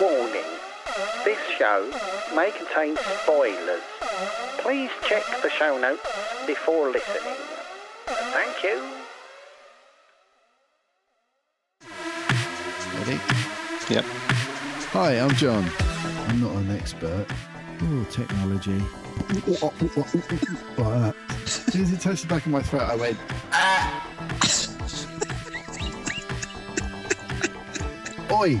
Warning This show may contain spoilers. Please check the show notes before listening. Thank you. Ready? Yep. Hi, I'm John. I'm not an expert. Oh, technology. Like that. As soon as it touched the back of my throat, I went, ah! Oi!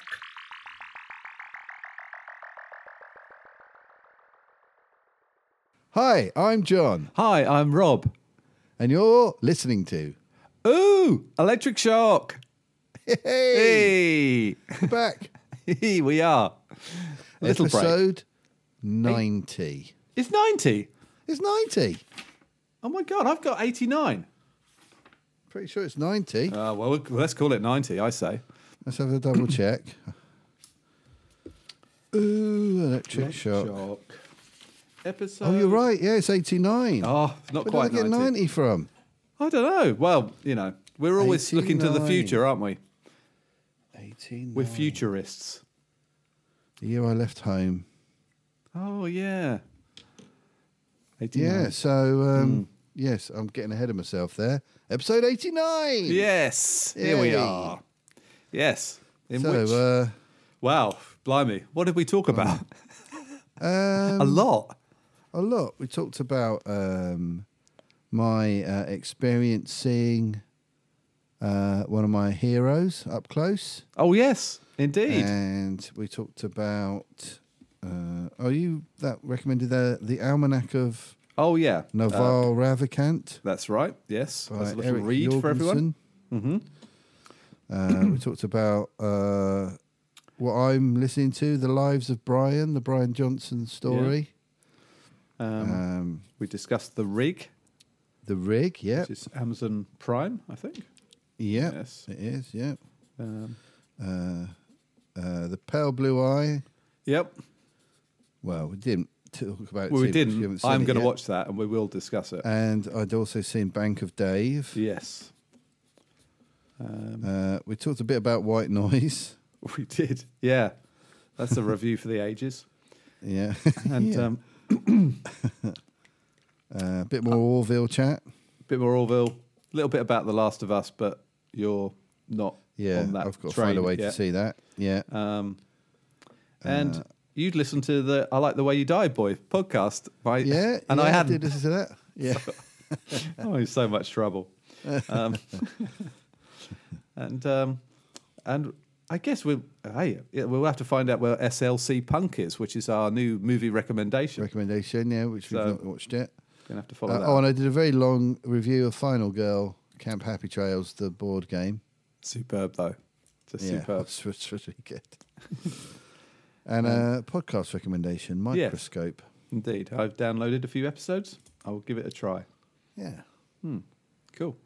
Hi, I'm John, Hi, I'm Rob. and you're listening to. Ooh, electric shock. Hey, Hey, back. we are. A little break. episode 90. It's 90. It's 90. Oh my God, I've got 89. Pretty sure it's 90. Uh, well, we'll- let's call it 90, I say. Let's have a double check. Ooh, electric shock. Shock. Episode. Oh, you're right. Yeah, it's 89. Oh, it's not Where quite did I get 90. 90 from? I don't know. Well, you know, we're always looking to the 89. future, aren't we? 18. We're futurists. The year I left home. Oh, yeah. 89. Yeah, so, Hmm. um, yes, I'm getting ahead of myself there. Episode 89. Yes. Here we Yay. are. Yes. In So, which. wow, blimey. What did we talk about? uh, Oh. um, a lot. a lot. We talked about um, my uh, experience seeing uh, one of my heroes up close, Oh yes, indeed. and we talked about. Uh, oh, you that recommended the the almanac of oh yeah, Uh, Naval Ravikant that's right. Yes, by that's a little Eric read for everyone. Mm-hmm. Jorgensen. Uh, we talked about uh, what I'm listening to, the lives of Brian, the Brian Johnson story, Um, um, we discussed the rig, the rig. Yeah, which is Amazon Prime, I think. yeah, Yes. it is. Yeah. Um, uh, uh, the pale blue eye. yep. Well, we didn't talk about it. Well, we too much, you didn't. haven't seen I'm it going to yet. Uh, watch that, and we will discuss it. And I'd also seen Bank of Dave. yes, um, Uh, we talked a bit about white noise. we did. Yeah, that's a review for the ages, Yeah, and Yeah. um, uh, a bit more Orville chat. a bit more Orville, a little bit about The Last of Us, but you're not Yeah, on that I've got to train find a way to yet. see Uh, that. Yeah, Um, and you'd listen to the "I Like the Way You Die" boy podcast, right? yeah. and I yeah, hadn't. did listen to that. Yeah, oh, he's so much trouble. Um, and um, and I guess we'll hey, yeah, we'll have to find out where SLC Punk is, which is our new movie recommendation. recommendation. Yeah, which we've So- not watched yet. Gonna have to follow Uh, that. oh, up. and I did a very long review of Final Girl Camp Happy Trails, the board game. Superb though, just yeah, superb. That's, that's really good. and a podcast recommendation, Um, Yeah. Microscope. Indeed, I've downloaded a few episodes. I will give it a try. Yeah. Cool,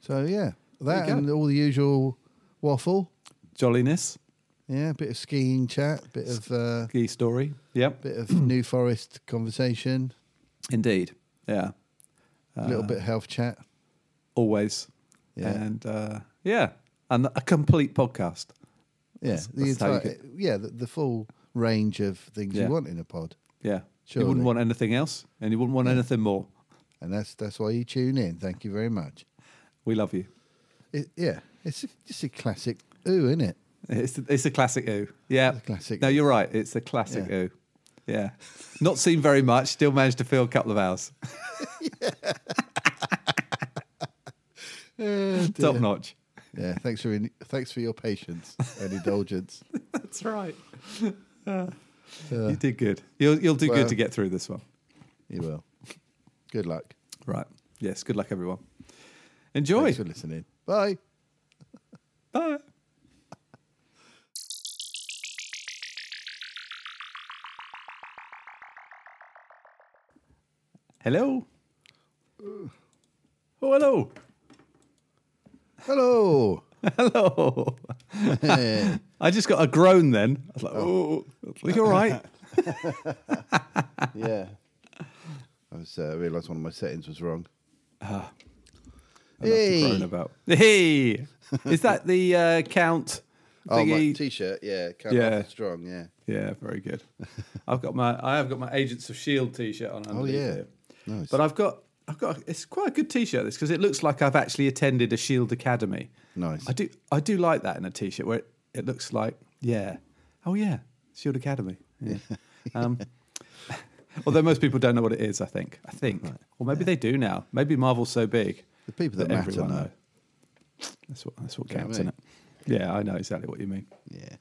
So yeah, There that you go. and all the usual waffle. jolliness, Yeah, bit of skiing chat, bit of uh, key story. Yep, bit of New Forest conversation, indeed. Yeah, a Ah. little bit of health chat. always. Yeah. And uh, yeah, and a complete podcast. Yeah, that's- the that's how you entire, yeah, the, the full range of things Yeah. you want in a pod, Yeah. You Surely. wouldn't want anything else and you wouldn't want anything more. and that's that's why you tune in. Thank you very much. We love you. It, yeah, it's just a classic. Ooh, isn't it? It's it's a classic ooh. Yeah. It's a classic No, ooh. you're right. It's a classic Yeah. ooh. Yeah. Not seen very much, still managed to fill a couple of hours. Oh, dear. Eh, Top notch. Yeah, thanks for in, thanks for your patience and indulgence. That's right. you did good. You'll, you'll do Well- good to get through this one. You will. Good luck. Right. Yes. Good luck, everyone. Thanks Enjoy. for listening. Bye. Bye. Hello. Oh, hello. Hello. Hello. Eh, I just got a groan then. I was like, oh, you're right. yeah. I was uh, realised one of my settings was wrong. hey. about. Hey. Is that the uh, count? Oh, my thingy? t-shirt. Yeah, Count Yeah. Arthur Strong. Yeah. Yeah, very good. I've got my I E have got my Agents of Shield T-shirt on. Oh Underneath yeah. It. Nice. But I've got I've got it's quite a good T-shirt this because it looks like I've actually attended a Shield Academy. Nice. I do I do like that in a T-shirt where it, it looks like yeah oh yeah Shield Academy. Yeah. um, although most people don't know what it is, I think I think or maybe they do now. Maybe Marvel's so big the people that, matter everyone know. knows. That's what that's what Yeah, counts, mate. isn't it? Yeah, I know exactly what you mean. Yeah.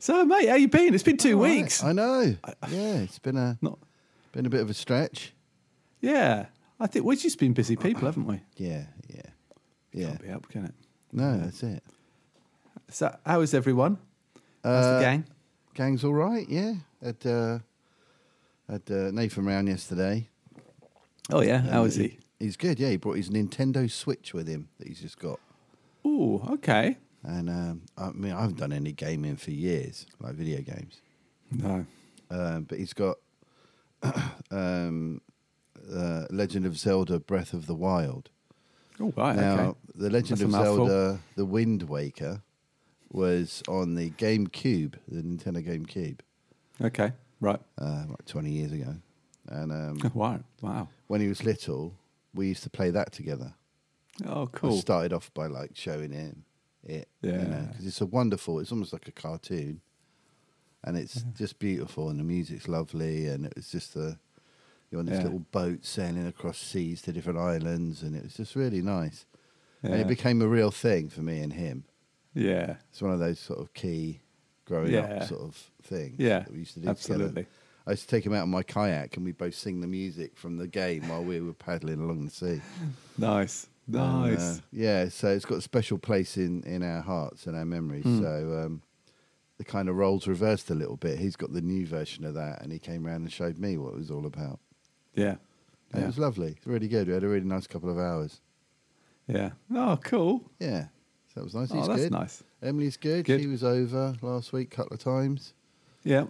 So, mate, how you been? It's been two All right. weeks. I know. Yeah, it's been a Not been a bit of a stretch. Yeah, I think we've just been busy people, haven't we? Yeah. Yeah. Yeah. Can't be helped, can it? No, that's it. So, how is everyone? How's Uh, the gang? Gang's all right. Yeah. Had uh, had uh, Nathan round yesterday. Oh yeah, how Uh, is he? He's good. Yeah, he brought his Nintendo Switch with him that he's just got. Oh, okay. And um, I mean, I haven't done any gaming for years, like video games. No. Um, but he's got um, uh, Legend of Zelda: Breath of the Wild. All right. now, Oh, okay. the Legend That's a of mouthful. Zelda: The Wind Waker was on the GameCube, the Nintendo GameCube, Okay. Right. uh, like 20 years ago. And um, Wow. Wow. when he was little, we used to play that together. Oh, I cool. started off by like showing him it, you know, Yeah. because it's a wonderful. It's almost like a cartoon, and it's just beautiful, and the music's lovely, and it was just the you're on this Yeah. little boat sailing across seas to different islands, and it was just really nice, and Yeah. it became a real thing for me and him. Yeah. It's one of those sort of key growing Yeah. up sort of things Yeah, that we used to do absolutely. together. I used to take him out on my kayak, and we both sing the music from the game while we were paddling along the sea. Nice. And, Nice. uh, yeah, so it's got a special place in, in our hearts and our memories. Hmm. So um, the kind of roles reversed a little bit. He's got the new version of that, and he came around and showed me what it was all about. yeah. And Yeah. It was lovely. It's really good. We had a really nice couple of hours. yeah. Oh, cool. Yeah, so that was nice. Oh, He's that's good. nice. Emily's good. Good. She was over last week a couple of times. Yeah.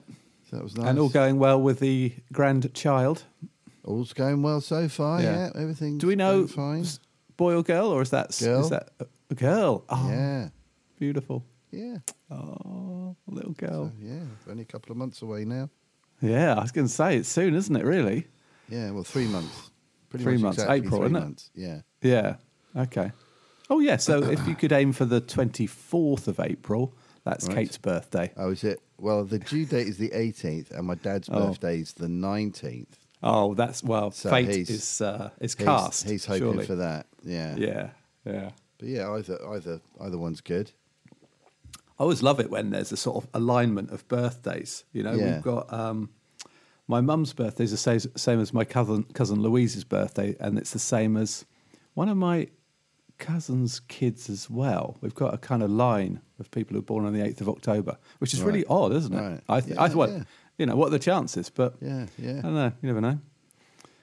So that was nice. And all going well with the grandchild. All's going well so far. Yeah. Yeah, everything's Do we know going fine. s- boy or girl, or is that s- Girl. is that a- a girl? Oh, Yeah, beautiful. yeah, Oh, a little So, girl. yeah. We're only a couple of months away now. Yeah, I was going to say it's soon, isn't it? Really? Yeah, well, three months. Pretty Three much months, exactly April, three isn't it? months. Yeah. Yeah. Okay. Oh yeah. So if you could aim for the twenty fourth of April, that's Right. Kate's birthday. Oh, is it? Well, the due date is the 18th, and my dad's Oh. birthday's the 19th. Oh, that's well, So fate he's- is uh, He's- is cast. He's, hoping surely. for that. Yeah. Yeah. Yeah. But yeah, either either either one's good. I always love it when there's a sort of alignment of birthdays. You know, Yeah. we've got um, my mum's birthday is the same, same as my cousin cousin Louise's birthday, and it's the same as one of my cousin's kids as well. We've got a kind of line of people who are born on the eighth of October, which is really Right. odd, isn't it? Right. I th- Yeah, I thought, yeah. you know, what are the chances? But Yeah, yeah. I don't know. You never know.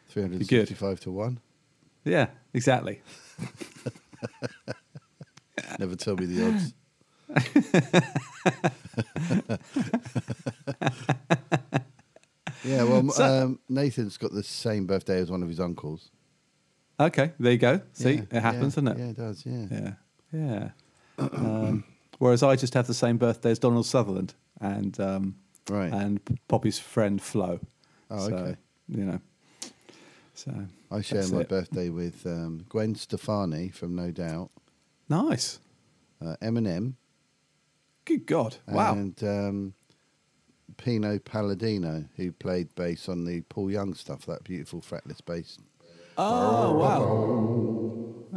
365 to 1. Yeah, exactly. Never tell me the odds. yeah, well, So- um, Nathan's got the same birthday as one of his uncles. Okay, there you go. See, Yeah, it happens, yeah, doesn't it? Yeah, it does, yeah. Yeah, yeah. um, whereas I just have the same birthday as Donald Sutherland and um, Right. and P- Poppy's friend Flo. Oh, so, okay. You know, so I share that's my it. birthday with um, Gwen Stefani from No Doubt, Nice. uh, Eminem, Good God! Wow. and um, Pino Palladino, who played bass on the Paul Young stuff, that beautiful fretless bass. oh wow.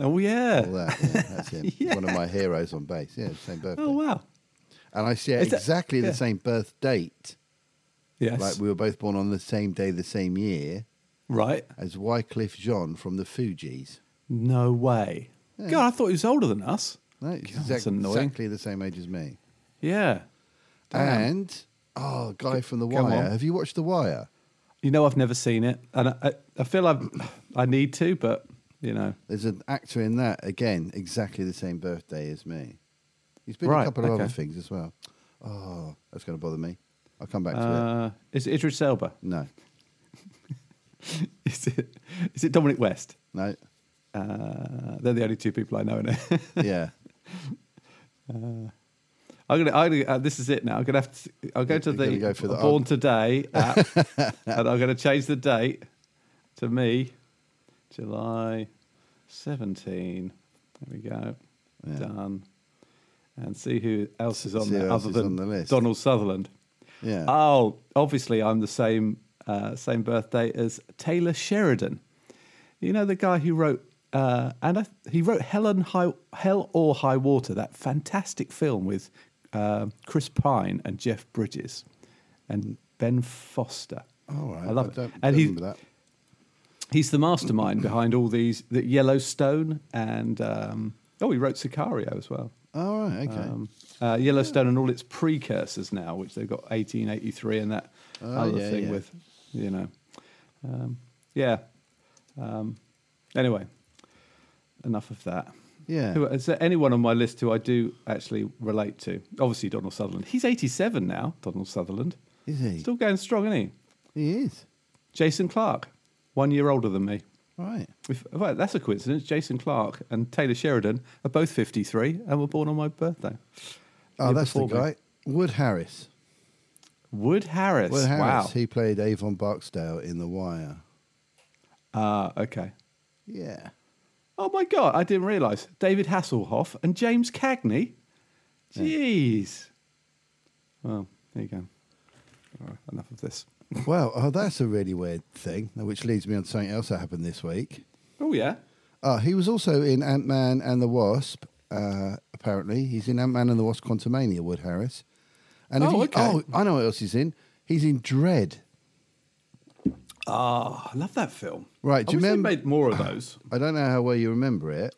Oh all yeah. that. Yeah, that's him. Yeah. One of my heroes on bass. Yeah, same birthday. Oh wow. And I share Is that- exactly yeah. the same birth date. Yes. Like we were both born on the same day, the same year right. as Wycliffe Jean from the Fugees. No way. Yeah. God, I thought he was older than us. No, it's God, exact- that's annoying. exactly the same age as me. Yeah. Damn. And oh, guy from The come Wire. on. Have you watched The Wire? You know, I've never seen it, and I, I, I feel I've, I need to, but you know, There's an actor in that again, exactly the same birthday as me. He's been in Right, a couple of other okay. things as well. Oh, that's going to bother me. I'll come back to it. uh, is it Idris Elba? No, Is it is it Dominic West? no, Uh, they're the only two people I know in it. yeah. I'm gonna, I'm gonna uh, this is it now. I'm gonna have to. I'll go to You're the gonna go for the- Born Today app, and I'm gonna change the date to me, July 17. There we go. Yeah. Done. And see who else is on See who there else other is than on the list. Donald Sutherland. Yeah. Oh, obviously, I'm the same uh, same birthday as Taylor Sheridan. You know the guy who wrote uh, and I, he wrote Helen High, Hell or High Water, that fantastic film with uh, Chris Pine and Jeff Bridges and Ben Foster. All right. I love it. don't, and don't he, remember that. he's the mastermind behind all these the Yellowstone and um, oh, he wrote Sicario as well. All right. Okay. Um, uh, Yellowstone and all its precursors now, which they've got 1883 and that Oh, other yeah, thing yeah. with, you know, um, yeah. Um, anyway, enough of that. yeah. Who, uh, is there anyone on my list who I do actually relate to? Obviously, Donald Sutherland. He's 87 now. Donald Sutherland, Is he? still going strong, isn't he? He is. Jason Clark, one year older than me. Right. If, well, that's a coincidence. Jason Clark and Taylor Sheridan are both 53 and were born on my birthday. Oh, Year that's the before me. guy. Wood Harris. Wood Harris. Wood Harris. Wow. He played Avon Barksdale in The Wire. Ah, okay. Yeah. Oh my God, I didn't realise. David Hasselhoff and James Cagney. Jeez. Well, there you go. All right, enough of this. Well, oh, that's a really weird thing, which leads me on to something else that happened this week. Oh yeah. Uh, he was also in Ant Man and the Wasp. Uh, apparently, he's in Ant Man and the Wasp: Quantumania. Wood Harris. And if Oh, you- okay. oh, I know what else he's in. He's in Dread. Ah, I love that film. Right, I do you wish they remember- made more of those. I don't know how well you remember it,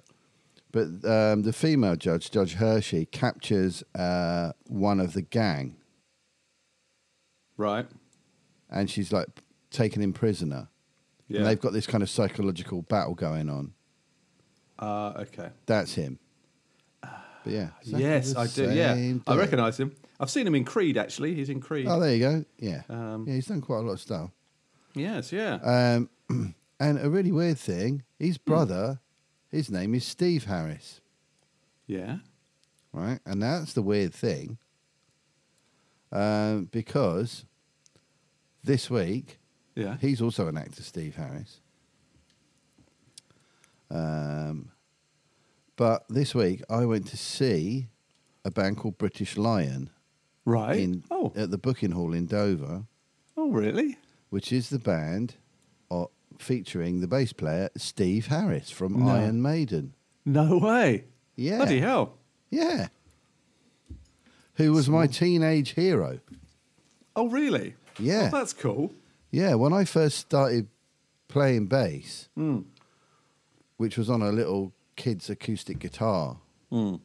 but um, the female judge, Judge Hershey, captures uh, one of the gang, right. and she's like taking him prisoner. Yeah. And they've got this kind of psychological battle going on. Ah, okay. That's him. But yeah. exactly yes, the I do. Yeah, same I day. recognise him. I've seen him in Creed. Actually, he's in Creed. Oh, there you go. Yeah. Um, yeah, he's done quite a lot of stuff. yes. Yeah. Um, and a really weird thing, his brother, his name is Steve Harris, yeah. right? And that's the weird thing, um, because this week Yeah. he's also an actor, Steve Harris. Um, but this week I went to see a band called British Lion right. in uh, oh. at the Booking Hall in Dover, Oh, really? which is the band uh, featuring the bass player Steve Harris from No. Iron Maiden. No way. Yeah. Bloody hell. Yeah. Who was my teenage hero. Oh, really? Yeah. Oh, that's cool. Yeah, when I first started playing bass, Mm. which was on a little kid's acoustic guitar, Mm.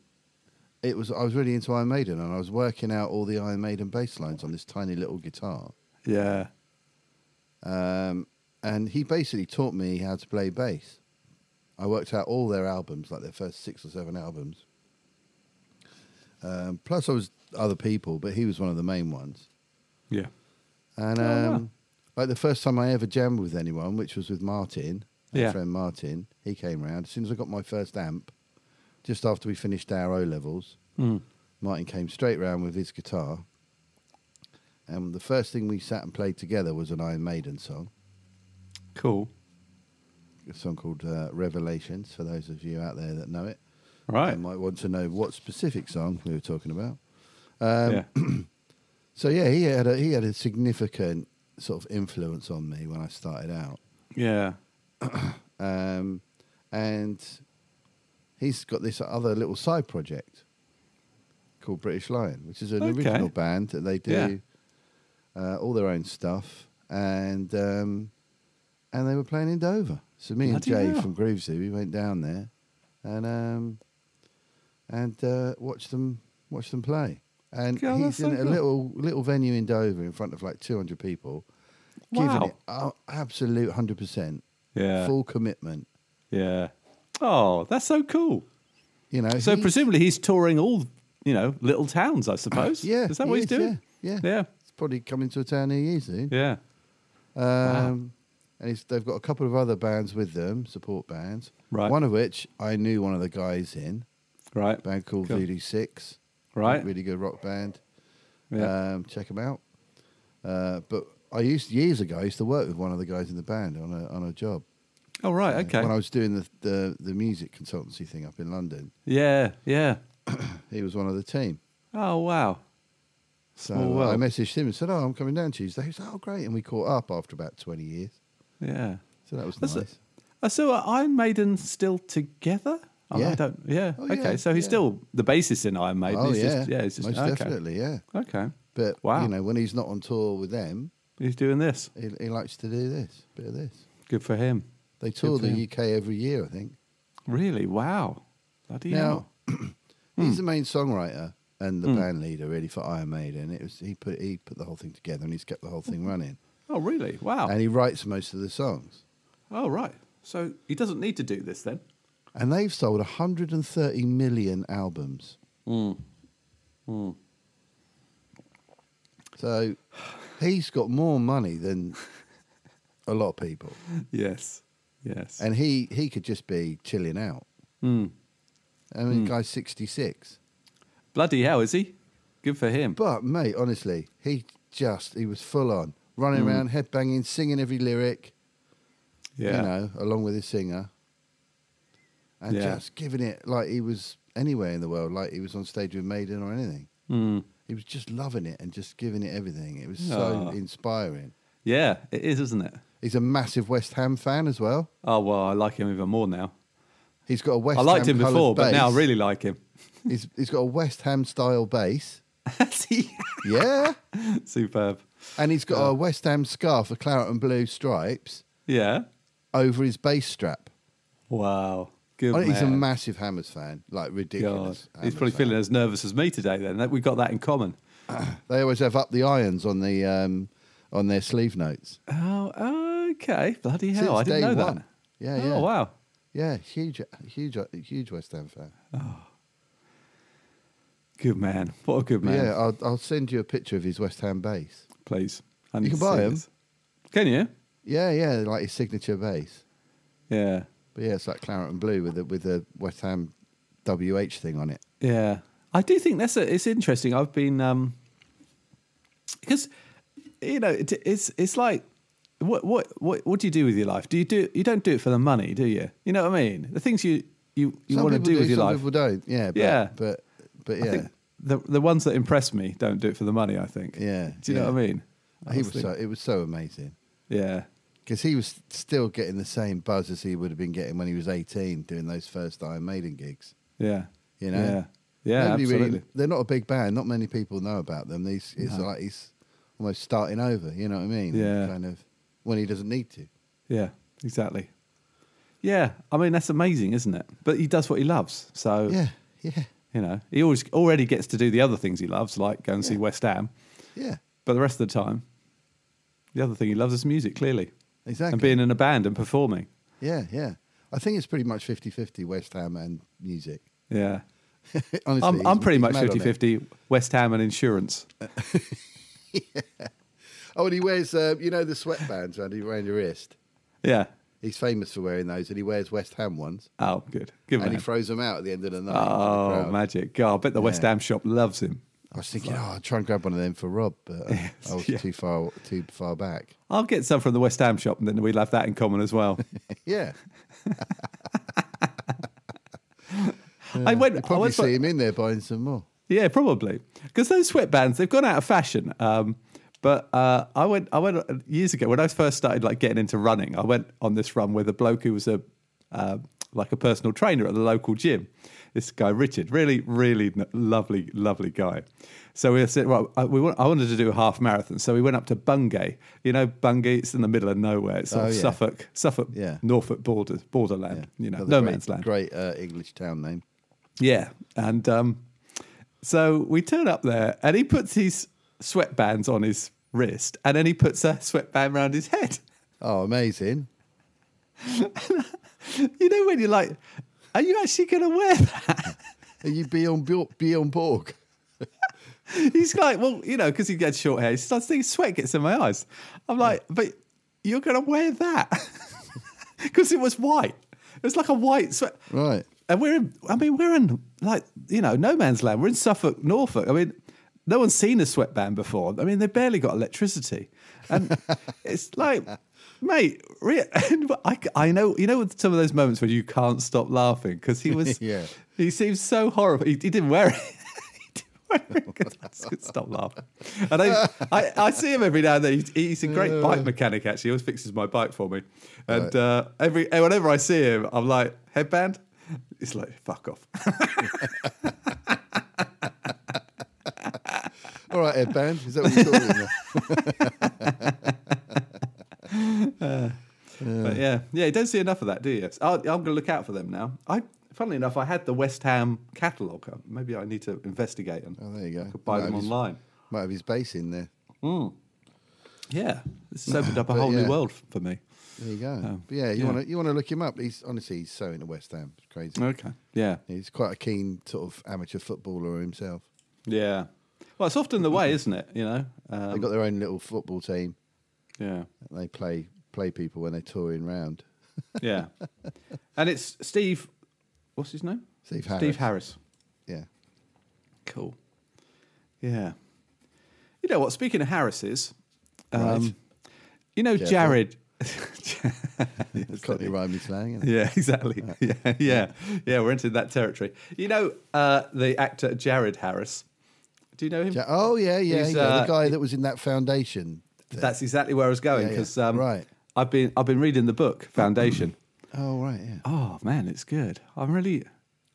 it was I was really into Iron Maiden and I was working out all the Iron Maiden bass lines on this tiny little guitar. Yeah. Um, and he basically taught me how to play bass. I worked out all their albums, like their first six or seven albums. Um, plus, I was other people, but he was one of the main ones. Yeah. And Oh, wow. um, like the first time I ever jammed with anyone, which was with Martin, my Yeah. friend Martin, he came round. As soon as I got my first amp, just after we finished our O levels, Mm. Martin came straight round with his guitar. And the first thing we sat and played together was an Iron Maiden song. Cool. a song called uh, Revelations, for those of you out there that know it. Right. And might want to know what specific song we were talking about. Um, yeah. So yeah, he had a, he had a significant sort of influence on me when I started out. yeah. Um, and he's got this other little side project called British Lion, which is an Okay. original band that they do uh, all their own stuff, and um, and they were playing in Dover. So me and Bloody Jay hell. from Groovesy, we went down there, and um, and uh, watched them watched them play. And God, he's that's so in a cool. little little venue in Dover in front of like 200 people, Wow. giving it a- absolute 100 percent, Yeah. full commitment. Yeah. Oh, that's so cool. You know, So he's- presumably he's touring all, you know, little towns, I suppose. Yeah, Is that he what he's is, doing? Yeah, yeah, Yeah. It's probably coming to a town near you soon. Yeah. Um, And it's, they've got a couple of other bands with them, support bands. Right. One of which I knew one of the guys in, Right. a band called Cool. Voodoo Six. Right. Really good rock band. Yeah. Um, check them out. Uh, but I used years ago. I used to work with one of the guys in the band on a on a job. oh, right. Uh, Okay. When I was doing the, the the music consultancy thing up in London, yeah. Yeah. he was one of the team. Oh, wow. So uh, Small world. I messaged him and said, "Oh, I'm coming down Tuesday." He was like, "Oh, great!" And we caught up after about twenty years. Yeah. So that was That's nice. Uh, So are Iron Maiden still together? I mean, I Yeah. don't. Yeah. Oh, okay. yeah, So he's yeah. still the bassist in Iron Maiden. oh he's yeah, Just, yeah. He's just most okay. definitely, yeah. Okay. But Wow. you know, when he's not on tour with them, He's doing this. he, he likes to do this bit of this. Good for him. They tour for the him. UK every year, I think. Really? Wow. Bloody hell. Now, he's the main songwriter and the Hmm. band leader, really, for Iron Maiden. It was he put he put the whole thing together and he's kept the whole thing running. Oh, really? Wow. And he writes most of the songs. oh, right. So he doesn't need to do this then. And they've sold 130 million albums. So he's got more money than a lot of people. Yes. Yes. And he, he could just be chilling out. Mm. I mean, guy's 66. Bloody hell, is he? Good for him. But, mate, honestly, he just, he was full on, running around, headbanging, singing every lyric, you know, along with his singer. And Yeah. just giving it like he was anywhere in the world, like he was on stage with Maiden or anything. Mm. He was just loving it and just giving it everything. It was Aw. so inspiring. Yeah, it is, isn't it? He's a massive West Ham fan as well. Oh, well, I like him even more now. He's got a West I liked Ham him before, coloured but now I bass. really like him. he's, he's got a West Ham style bass. See? Yeah. Superb. and he's got a West Ham scarf, a claret and blue stripes Yeah. over his bass strap. Wow. Good I man. think Oh, he's a massive Hammers fan, like God. ridiculous. He's Hammers probably fan. feeling as nervous as me today then. That- We've got that in common. They always have up the irons on the um, on their sleeve notes. Oh, okay. Bloody Since hell. I didn't day know that. one. Yeah, yeah. Oh, wow. Yeah, huge, huge, huge West Ham fan. Good man. What a good But man. Yeah, I'll, I'll send you a picture of his West Ham bass. Please. I You need can to buy see him. this. Can you? Yeah, yeah, like his signature bass. Yeah. But yeah, it's like claret and blue with the with the West Ham WH thing on it. Yeah, I do think that's a, it's interesting. I've been um because you know it, it's it's like what what what what do you do with your life? Do you do you don't do it for the money, do you? You know what I mean? The things you you, you Some want to people do, with your some life. people don't. Yeah, but, Yeah. but but I yeah, think the the ones that impress me don't do it for the money. I think. Yeah, Do you yeah. know what I mean? I he was was so think- it was so amazing yeah. because he was still getting the same buzz as he would have been getting when he was eighteen doing those first Iron Maiden gigs. Yeah. You know? Yeah. Yeah. Nobody really- absolutely. they're not a big band. Not many people know about them. These it's like he's almost starting over. You know what I mean? Yeah. kind of when he doesn't need to. Yeah. Exactly. Yeah. I mean that's amazing, isn't it? But he does what he loves. So Yeah, yeah, You know, he always already gets to do the other things he loves, like go and see West Ham. yeah. But the rest of the time, the other thing he loves is music, clearly, Exactly. and being in a band and performing. Yeah, yeah. I think it's pretty much 50-50 West Ham and music. Yeah, Honestly, I'm, he's- I'm pretty he's much mad on it. Uh, 50-50 West Ham and insurance. Oh, and he wears, uh, you know, the sweatbands around, around your wrist. Yeah. He's famous for wearing those, and he wears West Ham ones, Oh, good. Good and he man. throws them out at the end of the night. to the oh, crowd. magic. God, I bet the West Yeah. Ham shop loves him. I was thinking, oh, I'll try and grab one of them for Rob, but uh, I was yeah. too far, too far back. I'll get some from the West Ham shop, and then we'll have that in common as well. Yeah, I went. you'll I probably went for- see him in there buying some more. Yeah, probably because those sweatbands they've gone out of fashion. Um, but uh, I went, I went uh, years ago when I first started like getting into running. I went on this run with a bloke who was a uh, like a personal trainer at the local gym. This guy Richard, really, really n- lovely, lovely guy. So we said, well, I, we want, I wanted to do a half marathon, so we went up to Bungay. You know, Bungay, it's in the middle of nowhere. It's sort Oh, of yeah. Suffolk, Suffolk, Yeah. Norfolk border, borderland. You know, Another no great, man's land. Great uh, English town name. Yeah. And um, so we turn up there and he puts his sweatbands on his wrist and then he puts a sweatband around his head. Oh, amazing. You know, when you're like, are you actually going to wear that? Are you Bjorn, Bjorn, Bjorn Borg? He's like, well, you know, because he gets short hair. He starts thinking sweat gets in my eyes. I'm like, but you're going to wear that because it was white. It was like a white sweat. Right. And we're in, I mean, we're in like, you know, no man's land. We're in Suffolk, Norfolk. I mean, no one's seen a sweatband before. I mean, they barely got electricity. And it's like, mate, re- and I, I know, you know, with some of those moments where you can't stop laughing because he was, Yeah. he seems so horrible. He, he didn't wear it. He didn't wear it 'cause I just couldn't Stop laughing. And I, I, I see him every now and then. He's, he's a great bike mechanic, actually. He always fixes my bike for me. And Right. uh, every and whenever I see him, I'm like, headband? It's like, fuck off. All right, Ed Band. Is that what you're calling now? But yeah, yeah, you don't see enough of that, do you? I, I'm going to look out for them now. I, Funnily enough, I had the West Ham catalogue. Maybe I need to investigate and Oh, there you go. I could buy Might them have his- online. Might have his base in there. Yeah, this has opened up a But whole yeah. new world for me. There you go. but yeah, you yeah. want to you want to look him up. He's honestly he's so into West Ham. It's crazy. Okay. Yeah. He's quite a keen sort of amateur footballer himself. Yeah. Well, it's often the way, isn't it? You know. Um, They've got their own little football team. yeah. And they play play people when they're touring round. Yeah. and it's Steve. What's his name? Steve Harris. Steve Harris. Yeah. Cool. Yeah. You know what? Speaking of Harris's, um, Right. you know Careful. Jared. It's Cockney rhyming slang. Isn't it? yeah, exactly. Yeah, yeah, yeah. We're into that territory. You know uh, the actor Jared Harris. Do you know him? Ja- Oh yeah, yeah, He's, yeah. uh, the guy that was in that foundation. That's exactly where I was going Yeah, yeah. because um, Right. I've been I've been reading the book Foundation. Oh right, yeah. Oh man, it's good. I'm really,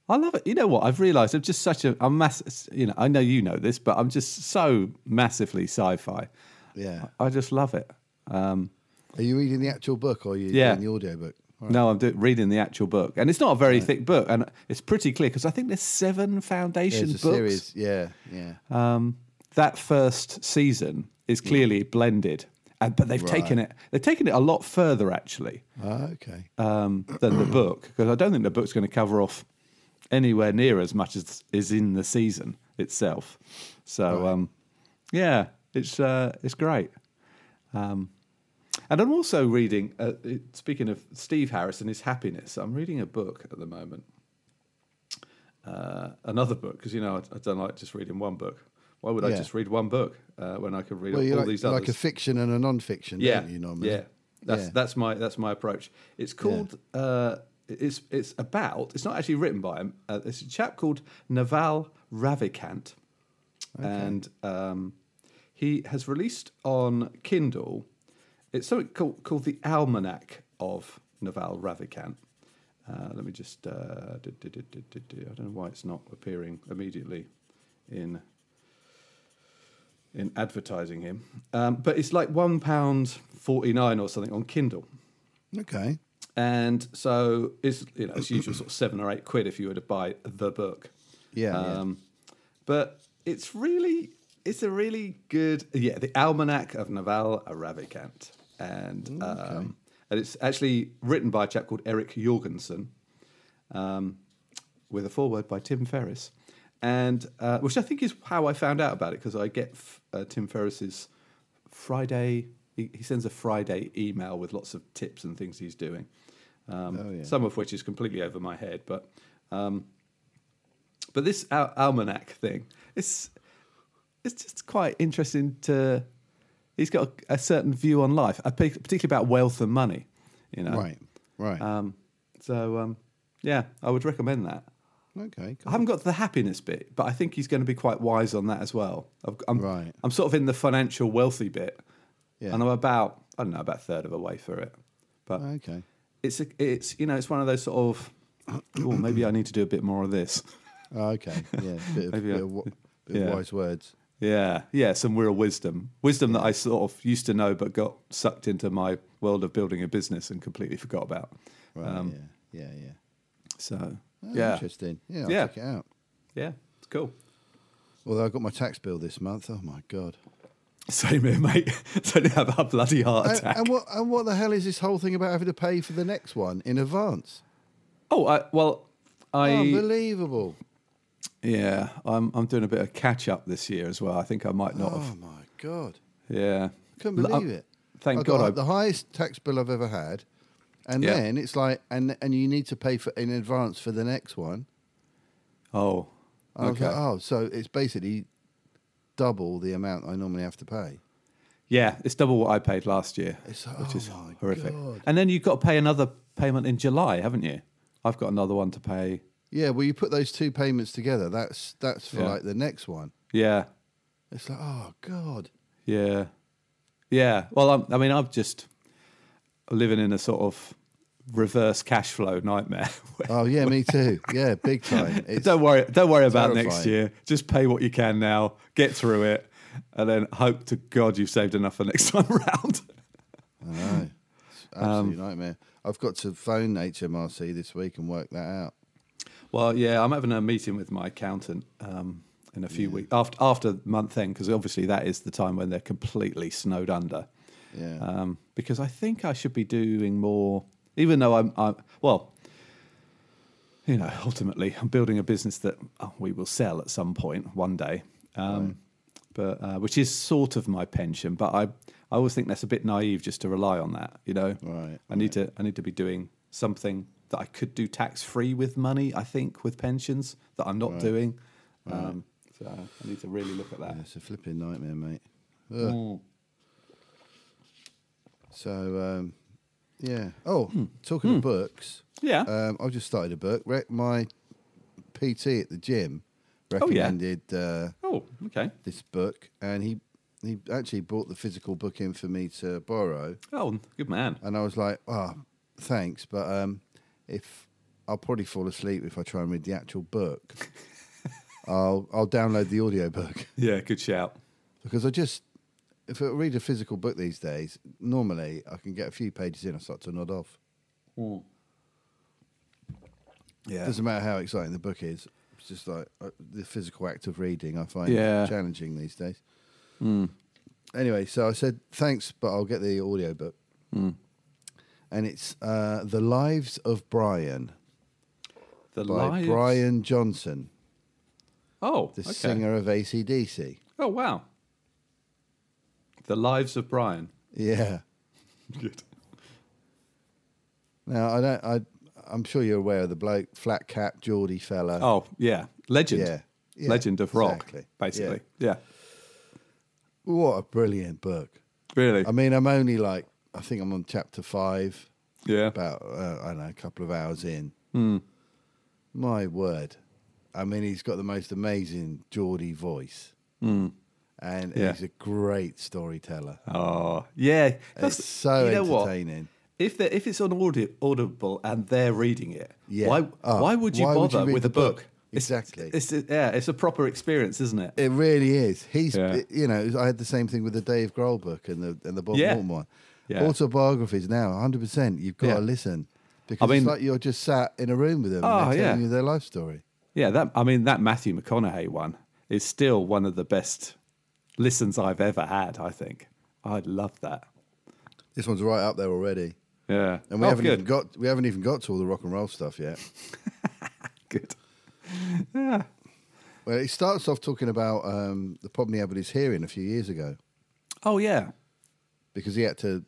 I love it. You know what? I've realised I'm just such a, I'm mass. You know, I know you know this, but I'm just so massively sci-fi. Yeah. I just love it. Um, Are you reading the actual book or are you Yeah. doing the audio book? No, I'm do- reading the actual book, and it's not a very thick book, and it's pretty clear because I think there's seven Foundation There's a books. series. Yeah, yeah. Um, that first season is Hmm. clearly blended, and, but they've taken it. They've taken it a lot further actually. Ah, okay. um, than the book because I don't think the book's going to cover off anywhere near as much as is in the season itself. So um, yeah, it's uh, it's great. Um, and I'm also reading. Uh, it- speaking of Steve Harris and his happiness, I'm reading a book at the moment. Uh, another book because you know I, I don't like just reading one book. Why would I Yeah. just read one book uh, when I could read Well, all, you all like, these you others? like a fiction and a non-fiction, don't you normally? Yeah, that's Yeah. that's my that's my approach. It's called. Uh, it's it's about. It's not actually written by him. Uh, it's a chap called Naval Ravikant, and um, he has released on Kindle. It's something called, called the Almanac of Naval Ravikant. Uh, let me just. Uh, do, do, do, do, do, do. I don't know why it's not appearing immediately in in advertising him. Um, but it's like one pound forty nine or something on Kindle, Okay. and so it's you know it's usual sort of seven or eight quid if you were to buy the book. Yeah, yeah. Um, But it's really it's a really good yeah the Almanac of Naval Ravikant and um, and it's actually written by a chap called Eric Jorgensen um, with a foreword by Tim Ferriss, and uh, which I think is how I found out about it because I get f- uh, Tim Ferriss's Friday. He, he sends a Friday email with lots of tips and things he's doing, um, Oh, yeah. some of which is completely over my head. But um, but this al- almanac thing, it's it's just quite interesting to. He's got a, a certain view on life, a pic- particularly about wealth and money. You know, Right. Right. um, so um, yeah, I would recommend that. okay. I Cool. haven't got to the happiness bit, but I think he's going to be quite wise on that as well. I've, I'm, Right. I'm sort of in the financial wealthy bit, Yeah. and I'm about I don't know about a third of a way through it, but Okay. it's a, it's you know it's one of those sort of oh, maybe I need to do a bit more of this. Oh, okay. Yeah. Bit of, Maybe bit I- of, wa- bit yeah. of wise words. Yeah, yeah, some real wisdom. Wisdom that I sort of used to know but got sucked into my world of building a business and completely forgot about. Right. Um, yeah. Yeah. Yeah. So, Oh, yeah. Interesting. Yeah. I'll Yeah. check it out. Yeah, it's cool. Although I got my tax bill this month. Oh my god. Same here, mate. so I have a bloody heart And, attack. and what and what the hell is this whole thing about having to pay for the next one in advance? oh, I, well, I. Oh, Unbelievable. Yeah, I'm I'm doing a bit of catch up this year as well. I think I might not Oh have. my god. Yeah, Oh, Couldn't L- uh, I- believe it. Thank I got God. I, like, the highest tax bill I've ever had. And Yeah. then it's like and and you need to pay for in advance for the next one. oh, And I was okay. like, oh, so it's basically double the amount I normally have to pay. Yeah, it's double what I paid last year, It's- which oh is my horrific. God. And then you've got to pay another payment in July, haven't you? I've got another one to pay. Yeah, well you put those two payments together, that's that's for Yeah. like the next one. Yeah, It's like, oh God. yeah, yeah. Well, I'm, I mean, I'm just living in a sort of reverse cash flow nightmare. Oh yeah, me too. Yeah, big time. It's, don't worry, don't worry about terrifying. next year. Just pay what you can now, get through it, and then hope to God you've saved enough for next time round. I know. It's Um, absolute nightmare. I've got to phone HMRC this week and work that out. Well, yeah, I'm having a meeting with my accountant um, in a few weeks after after month end because obviously that is the time when they're completely snowed under. Yeah. Um, because I think I should be doing more, even though I'm, I'm well. You know, ultimately, I'm building a business that oh, we will sell at some point one day, um, but uh, which is sort of my pension. But I, I always think that's a bit naive just to rely on that. You know, Right, I need to I need to be doing something that I could do tax free with money. I think with pensions that I'm not doing. Um, so I need to really look at that. Yeah, it's a flipping nightmare, mate. Ugh. So, um, yeah. Oh, Hmm. talking of books, Yeah. um, I've just started a book. Re- my PT at the gym Oh, yeah. recommended uh, oh, okay. this book, and he he actually bought the physical book in for me to borrow. Oh, good man. And I was like, oh, thanks, but um, if I'll probably fall asleep if I try and read the actual book. I'll I'll download the audiobook Yeah, good shout. because I just if I read a physical book these days, normally I can get a few pages in, I start to nod off. Yeah. Doesn't matter how exciting the book is. It's just like uh, the physical act of reading I find Yeah. Hmm. challenging these days. Anyway, so I said thanks, but I'll get the audiobook. Hmm. And it's uh, The Lives of Brian The by lives. Brian Johnson, Oh, the okay. singer of ACDC. Oh, wow. The lives of Brian. Yeah. Good. Now, I don't, I, I'm sure you're aware of the bloke, flat cap, Geordie fella. Oh, yeah. Legend. Yeah. Yeah, Legend of rock, exactly. basically. Yeah. What a brilliant book. Really? I mean, I'm only like, I think I'm on chapter five, yeah. about, uh, I don't know, a couple of hours in. Hmm. My word. I mean, he's got the most amazing Geordie voice. And Hmm. Yeah. he's a great storyteller. Oh, yeah. That's- it's so you know what? entertaining. If they're- if it's on audi- Audible and they're reading it, Yeah. why Oh, why would you why would you bother read with the a book? book? It's- Exactly. It's, yeah, it's a proper experience, isn't it? It really is. He's, Yeah. you know, I had the same thing with the Dave Grohl book and the and the Bob Yeah. Morton one. Yeah. Autobiographies now, hundred percent. You've got Yeah. to listen because mean- it's like you're just sat in a room with them. Oh, and they're telling yeah. you their life story. Yeah, that I mean that Matthew McConaughey one is still one of the best listens I've ever had. I think I love that. This one's right up there already, Yeah, and we Oh, haven't good. even got we haven't even got to all the rock and roll stuff yet. good. well, it starts off talking about um, the problem he had with his hearing a few years ago Oh yeah, because he had to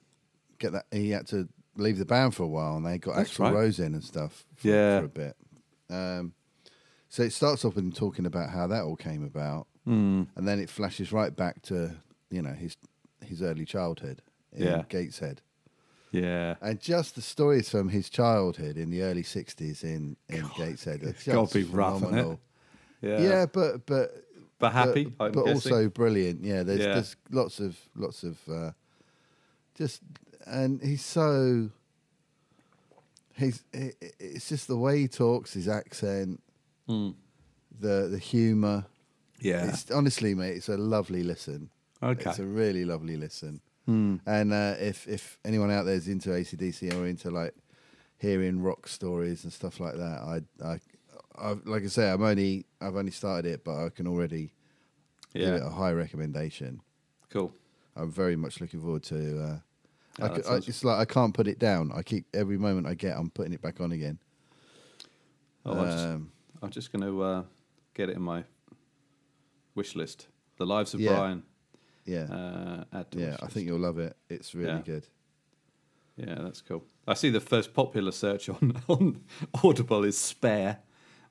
get that he had to leave the band for a while, and they got That's Axl right. Rose in and stuff. For, Yeah. for a bit. Um, so it starts off with him talking about how that all came about, Hmm. and then it flashes right back to you know his his early childhood in Yeah. Gateshead, yeah. and just the stories from his childhood in the early sixties in in Gateshead. It's gotta be rough, isn't it? Yeah. yeah, but but But happy, I'm but, but guessing. also brilliant. Yeah, there's Yeah. there's lots of lots of uh, just and he's so He's i i- it's just the way he talks, his accent, Hmm. the the humour. Yeah. It's honestly, mate, it's a lovely listen. Okay. Hmm. It's a really lovely listen. And uh, if if anyone out there's into ACDC or into like hearing rock stories and stuff like that, I I I've, like I say, I'm only I've only started it, but I can already give it a yeah. high recommendation. Cool. I'm very much looking forward to. Uh, I that c I sounds- it's like I can't put it down. I keep every moment I get, I'm putting it back on again. Oh, I'm just, Um, I'm just going to uh, get it in my wish list. The Lives of Yeah. Brian. Yeah, Uh, add to yeah. wish I list. think you'll love it. It's really Yeah. good. Yeah, that's cool. I see the first popular search on, on Audible is Spare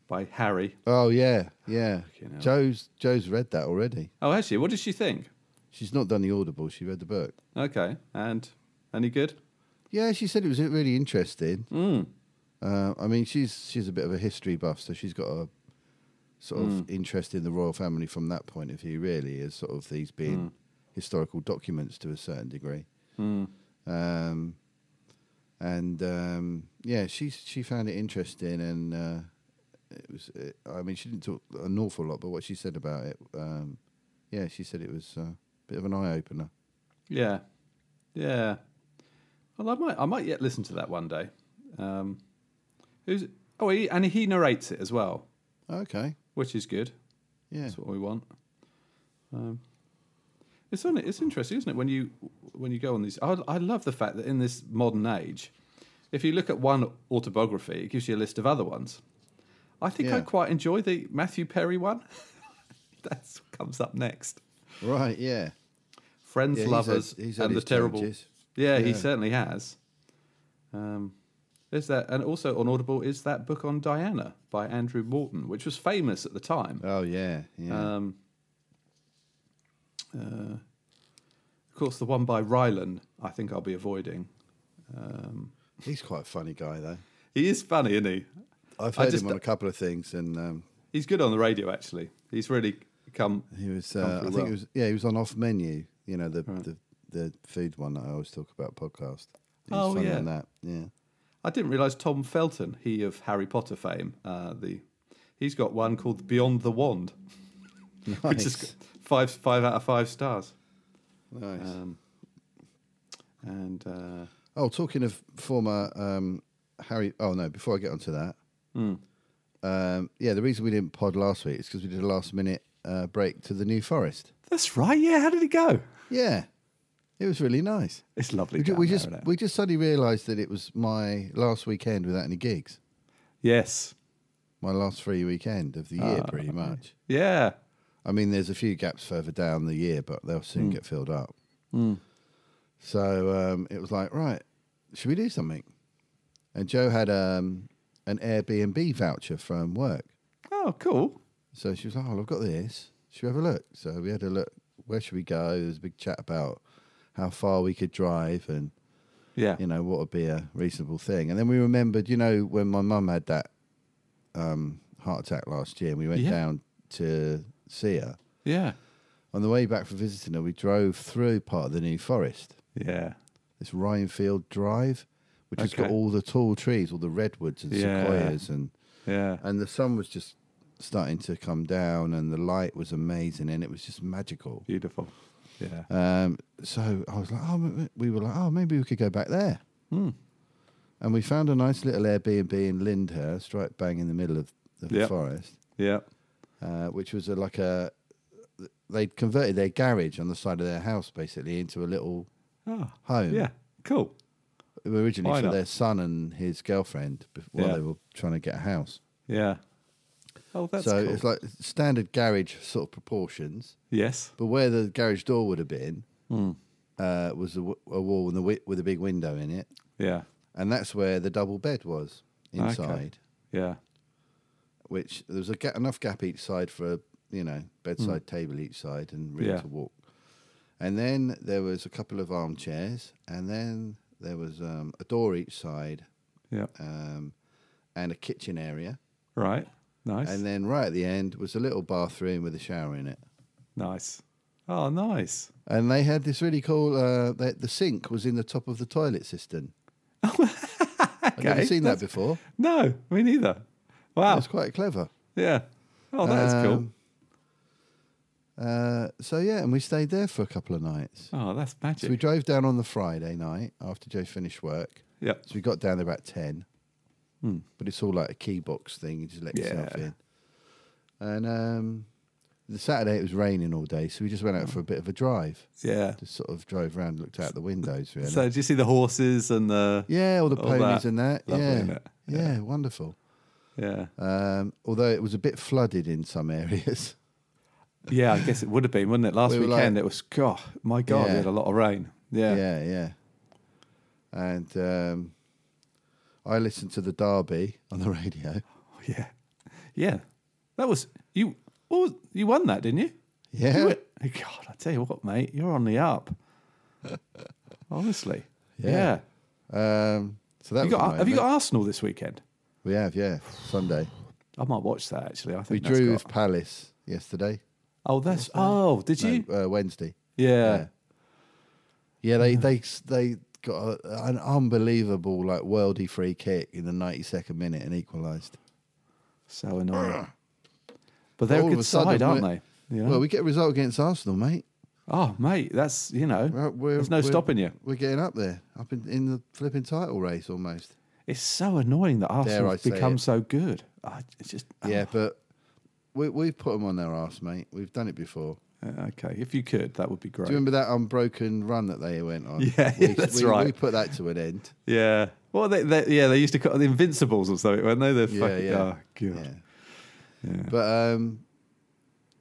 by Harry. Oh yeah, yeah. Fucking hell. Joe's Joe's read that already. Oh, actually, what did she think? She's not done the audible. She read the book. Okay, and any good? Yeah, she said it was really interesting. Uh, I mean, she's she's a bit of a history buff, so she's got a sort of interest in the royal family from that point of view. Really, is sort of these being historical documents to a certain degree. Um, and um, yeah, she she found it interesting, and uh, it was. It, I mean, she didn't talk an awful lot, but what she said about it, um, yeah, she said it was uh, a bit of an eye opener. Yeah, yeah. Well, I might, I might yet listen to that one day. Um, who's? Oh, he, and he narrates it as well, Okay, which is good. yeah, That's what we want. Um, it's on. It's interesting, isn't it? When you when you go on these, I, I love the fact that in this modern age, if you look at one autobiography, it gives you a list of other ones. I think I Yeah. quite enjoy the Matthew Perry one. That's what comes up next. right, yeah. Friends, Yeah, he's had- lovers, he's had and the his terrible. challenges. Yeah, he Yeah. certainly has. Um, is that and also on Audible is that book on Diana by Andrew Morton, which was famous at the time. Oh yeah, yeah. Um, uh, of course, the one by Ryland, I think I'll be avoiding. Um, He's quite a funny guy though. he is funny, isn't he? I've I heard just- him on a couple of things, and um, He's good on the radio, actually. He's really come. he was. Come Uh, I through think well. it was. Yeah, he was on off menu. You know the the, the food one that I always talk about podcast. He was Oh, funny yeah. on that. Yeah. I didn't realise Tom Felton, he of Harry Potter fame, uh, the he's got one called Beyond the Wand, which is Nice. five five out of five stars. Nice. Um, and uh, oh, talking of former um, Harry. Oh no, before I get onto that. Hmm. Um, yeah, the reason we didn't pod last week is because we did a last minute uh, break to the New Forest. that's right. Yeah, how did it go? Yeah, it was really nice. It's lovely. We, ju- down we there, just isn't it? we just suddenly realised that it was my last weekend without any gigs. yes, my last free weekend of the year, pretty much. yeah. I mean, there's a few gaps further down the year, but they'll soon get filled up. So um, it was like, right, should we do something? And Joe had um, an Airbnb voucher from work, Oh, cool. so she was like, "Oh, I've got this. Should we have a look?" So we had a look. Where should we go? There was a big chat about how far we could drive and Yeah. you know what would be a reasonable thing. And then we remembered, you know, when my mum had that um, heart attack last year, and we went Yeah. down to see her. Yeah. On the way back from visiting her, we drove through part of the New Forest, Yeah. this Rhinefield Drive, which has got Okay. all the tall trees, all the redwoods and Yeah. sequoias, and Yeah. and the sun was just starting to come down, and the light was amazing, and it was just magical. Beautiful. Yeah. Um, so I was like, oh, m- m- we were like, oh, maybe we could go back there. Hmm. And we found a nice little Airbnb in Lyndhurst, right bang in the middle of, of the Yep. forest, Yeah. uh, which was a, like a. They'd converted their garage on the side of their house basically into a little Oh. home. Yeah. Cool. Originally Why for not? their son and his girlfriend bef- while Yeah. they were trying to get a house. Yeah. Oh, that's so cool. it's like standard garage sort of proportions. yes. Hmm. But where the garage door would have been uh, was a, w- a wall with a, wi- with a big window in it, Yeah. and that's where the double bed was Okay. inside. Yeah. Which there was a ga- enough gap each side for a you know bedside table each side and room Hmm. Yeah. to walk. And then there was a couple of armchairs, and then there was um, a door each side, Yeah. um, and a kitchen area, Right. Nice. and then right at the end was a little bathroom with a shower in it. nice. Oh, nice. And they had this really cool. Uh, they, the sink was in the top of the toilet cistern. okay. Never seen That's- Oh. that before. No, me neither. Wow. That's quite clever. Yeah. Oh, that is cool. Um, Uh, so yeah, and we stayed there for a couple of nights. Oh, that's So we magic. drove down on the Friday night after Joe finished work. Yeah. So we got down there about 10. But it's all like a key box thing. You just let yourself Hmm. Yeah. in. And um, the Saturday it was raining all day. So we just went Oh. out for a bit of a drive. Yeah. Just sort of drove around, looked out the windows, really. So, do you see the horses and the? yeah, all the all ponies that. and that. Lovely, yeah. isn't it? yeah. wonderful. Yeah. Um, although it was a bit flooded in some areas. Yeah, I guess it would have been, wouldn't it? Last We were weekend, like- it was. God, my God, Yeah. we had a lot of rain. Yeah. yeah, yeah. And um, I listened to the Derby on the radio. Yeah. Yeah. That was you. What was, you won that, didn't you? Yeah. You won- God, I tell you what, mate, you're on the up. Honestly. Yeah. Yeah. Um, so that You was a got, have you moment. got Arsenal this weekend? We have, yeah. Sunday. I might watch that actually. I think We that's drew got- with Palace yesterday. oh, that's. Oh, did you? No, uh, Wednesday. yeah. Yeah, they they they got a, an unbelievable like worldy free kick in the 92nd minute and equalised. So annoying. But they're All a of good a sudden, side, aren't we're- they? You know? Well, we get a result against Arsenal, mate. oh, mate, that's you know, Well, we're- there's no we're- stopping you. We're getting up there, up in, in the flipping title race almost. It's so annoying that Arsenal I have say become it. so good. I, it's just oh, Yeah, but we we've put them on their ass, mate. We've done it before. Uh, okay, if you could, that would be great. Do you remember that unbroken run that they went on? Yeah, we, that's we, right. We put that to an end. Yeah. Well, they, they, yeah, they used to call it the Invincibles or something, weren't they? The Yeah, fucking, yeah. Oh, God. Yeah. Yeah. But um,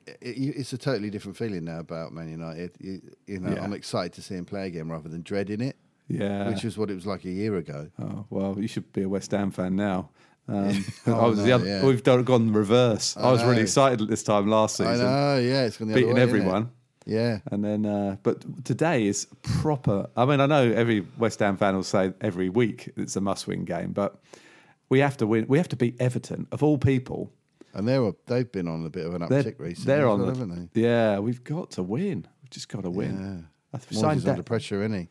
it, it- it's a totally different feeling now about Man United. You, you know, Yeah. Uh, I'm excited to see him play again rather than dreading it, Yeah. which was what it was like a year ago. oh, well, you should be a West Ham fan now. Um, I Oh, was the no, other, yeah. We've done, gone reverse. I, was really know. excited at this time last I season, know, yeah, it's gone the beating other way, innit? everyone. Yeah, And then, uh, but today is proper. I mean, I know every West Ham fan will say every week it's a must-win game, but we have to win. We have to beat Everton of all people. and they're they've been on a bit of an They're, uptick recently. they're as on well, the, haven't Yeah, we've got to win. We've just got to they? win. Yeah, I've Moyes signed is under that- pressure, isn't he?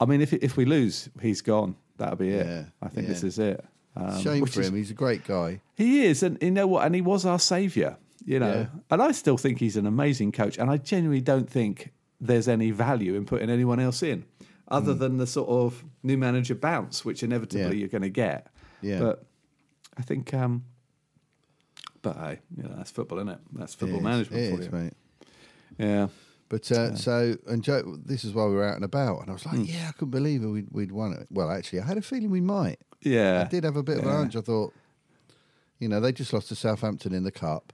I mean, if if we lose, he's gone. That'll be it. Yeah, I think yeah. this is it. Um, Shame which for is- him. He's a great guy. He is, and you know what? And he was our saviour. You know, Yeah. and I still think he's an amazing coach. And I genuinely don't think there's any value in putting anyone else in, other than the sort of new manager bounce, which inevitably Hmm. Yeah. you're going to get. Yeah. But I think, um but hey, you know, that's football, isn't it? That's football It is, management it for is, you. mate. Yeah. Hmm. But uh, so and Joe, this is why we were out and about, and I was like, yeah, I couldn't believe it. We'd, we'd won it. Well, actually, I had a feeling we might. Yeah. I did have a bit of an Yeah. hunch. I thought, you know, they just lost to Southampton in the cup,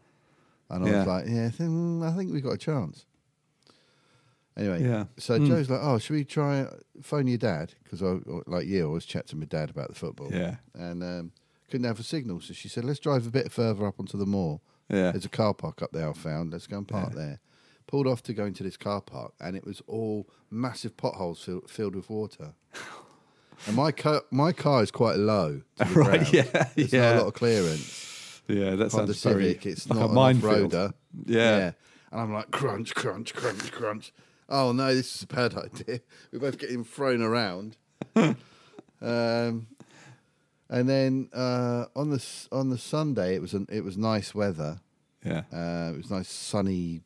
and I Yeah. was like, yeah, I think, mm, I think we got a chance. Anyway, Yeah. Hmm. So Joe's like, oh, should we try phone your dad? Because I, like you, I always chat to my dad about the football. Yeah. and um, couldn't have a signal, so she said, let's drive a bit further up onto the moor. Yeah. There's a car park up there I found. Let's go and park there. Pulled off to go into this car park, and it was all massive potholes fill, filled with water. and my car, my car is quite low. To the Right, ground. yeah, There's yeah. not a lot of clearance. Yeah. That Honda sounds very Civic, it's like not an a off minefield. roader. Yeah. And I'm like, crunch, crunch, crunch, crunch. Oh no, this is a bad idea. We're both getting thrown around. um, and then uh, on the s- on the Sunday, it was an, it was nice weather. Yeah. Uh, it was nice, sunny,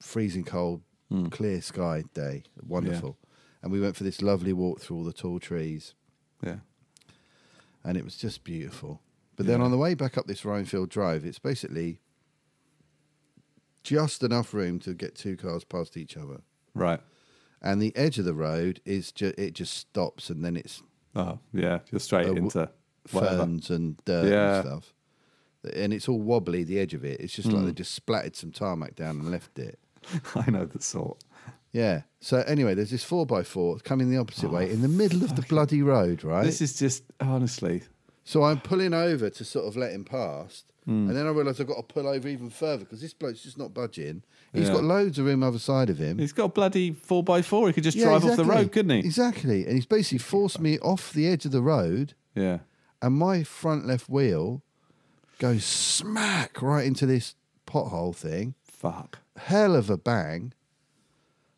freezing cold, Hmm. clear sky day. Wonderful. And we went for this lovely walk through all the tall trees, Yeah. and it was just beautiful. But then on the way back up this Rhinefield Drive, it's basically just enough room to get two cars past each other. Right. And the edge of the road is ju- it just stops, and then it's Oh, yeah. You're straight w- into whatever. ferns and dirt Yeah. and stuff. And it's all wobbly, the edge of it. It's just Hmm. like they just splattered some tarmac down and left it. I know the sort. Yeah. So anyway, there's this four by four coming the opposite Oh, way in the middle of the bloody road, right? This is just honestly. so I'm pulling over to sort of let him past, Hmm. and then I realise I've got to pull over even further because this bloke's just not budging. He's Yeah. got loads of room other side of him. He's got a bloody four by four. He could just Yeah, drive off the exactly. road, couldn't he? Exactly. And he's basically forced me off the edge of the road, Yeah. and my front left wheel goes smack right into this pothole thing. Fuck. Hell of a bang.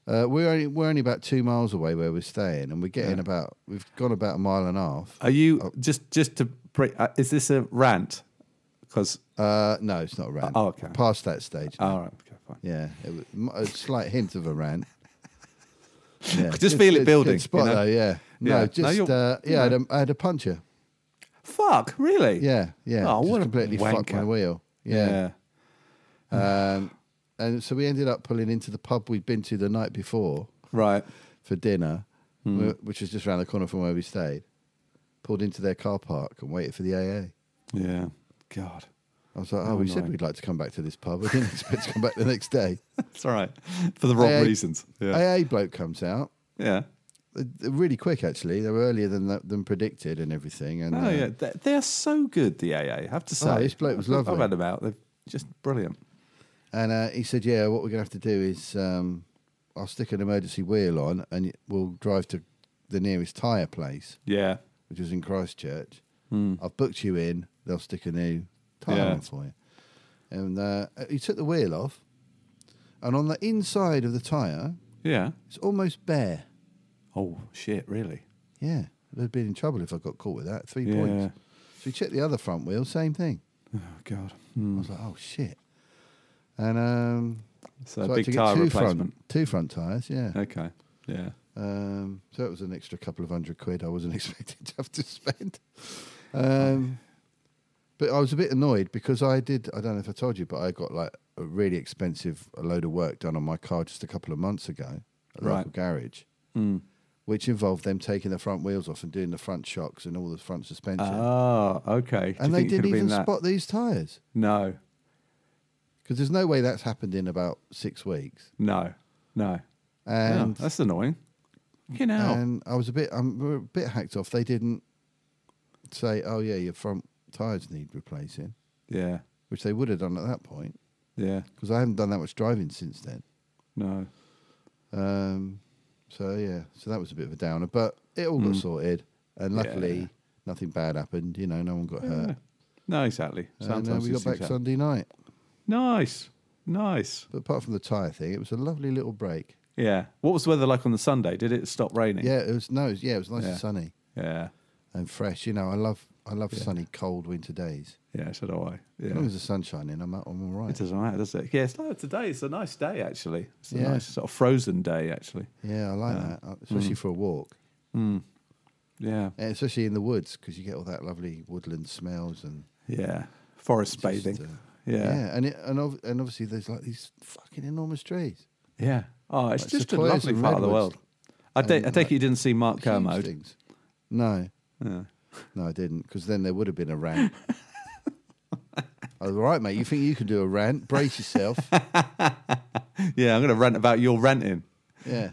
Uh, we're only we're only about two miles away where we're staying, and we're getting about we've gone about a mile and a half. Are you just just to? Pre- uh, is this a rant? Because Uh, no, it's not a rant. Oh, okay. Past that stage. all right, okay, fine. Yeah, it was m- a slight hint of a rant. Yeah. just feel it good- building, Good spot you know? though, yeah. No, Yeah. No, just you're- uh, yeah. I had, a, I had a puncher. Fuck, really? Yeah, yeah. Oh, just what a completely fucked my wanker. wheel. Yeah. yeah. Um, and so we ended up pulling into the pub we'd been to the night before Right. for dinner, Hmm. wh- which was just around the corner from where we stayed. Pulled into their car park and waited for the AA. Yeah. God. I was like, oh, we said annoying. we'd like to come back to this pub. I didn't expect to come back the next day. It's all right. For the wrong Hey, reasons. Yeah. AA bloke comes out. yeah. They're- they're really quick actually. They were earlier than than predicted and everything. And Oh, uh, yeah. They, they are so good, the AA, I have to say. Oh, this bloke was I've- lovely. I've had them out. They're just brilliant. and uh, he said, "Yeah, what we're gonna have to do is um, I'll stick an emergency wheel on, and y- we'll drive to the nearest tyre place, Yeah. which was in Christchurch. I've booked you in. They'll stick a new tyre Hmm. Yeah. on for you." And uh, he took the wheel off, and on the inside of the tyre, Yeah. it's almost bare. Oh, shit, really? Yeah, I'd been in trouble if I got caught with that. Three Yeah. points. So he checked the other front wheel, same thing. Oh, God. I was like, oh shit. And um, So, so I had to a big get tyre two replacement. Front, two front tyres, yeah. Okay. Yeah. Um, so it was an extra couple of hundred quid I wasn't expecting to have to spend. Um, but I was a bit annoyed because I did, I don't know if I told you, but I got like a really expensive load of work done on my car just a couple of months ago at a Right. local garage, Hmm. Mm. which involved them taking the front wheels off and doing the front shocks and all the front suspension. Ah, Oh, okay. Do you and they think didn't it could have been even that? spot these tyres No. because there's no way that's happened in about six weeks. No. No. Yeah, and that's annoying. You know. and I was a bit I'm a bit hacked off. They didn't say, "Oh yeah, your front tires need replacing," Yeah. which they would have done at that point Yeah. because I haven't done that much driving since then. No. Um, so yeah, so that was a bit of a downer, but it all got sorted, and luckily Hmm. Yeah. nothing bad happened. You know, no one got hurt. No, exactly. And uh, Sometimes we these got back things happen. Sunday night. Nice. Nice. But apart from the tire thing, it was a lovely little break. Yeah. What was the weather like on the Sunday? Did it stop raining? Yeah, it was no, it was, yeah, it was nice Yeah. and sunny Yeah. and fresh. You know, I love I love sunny, cold winter days. Yeah, so do I. As Yeah. long as the sun's shining, I'm I'm all right. It doesn't matter, does it? Yeah, it's like today. It's a nice day, actually. It's a Yeah. nice sort of frozen day, actually. Hmm. Yeah, I Um, like that, uh, especially mm. for a walk, Yeah. and especially in the woods because you get all that lovely woodland smells and Yeah. Forest just, bathing. uh, yeah. and it, and ov- and obviously there's like these fucking enormous trees. yeah. Oh, it's Like just a sequoias lovely and part of the redwoods. world. I take, I And, take it you didn't see Mark Huge Kermode. things. No, Yeah. no, I didn't because then there would have been a rant. all right, mate, you think you can do a rant? Brace yourself. yeah, I'm going to rant about your ranting. yeah,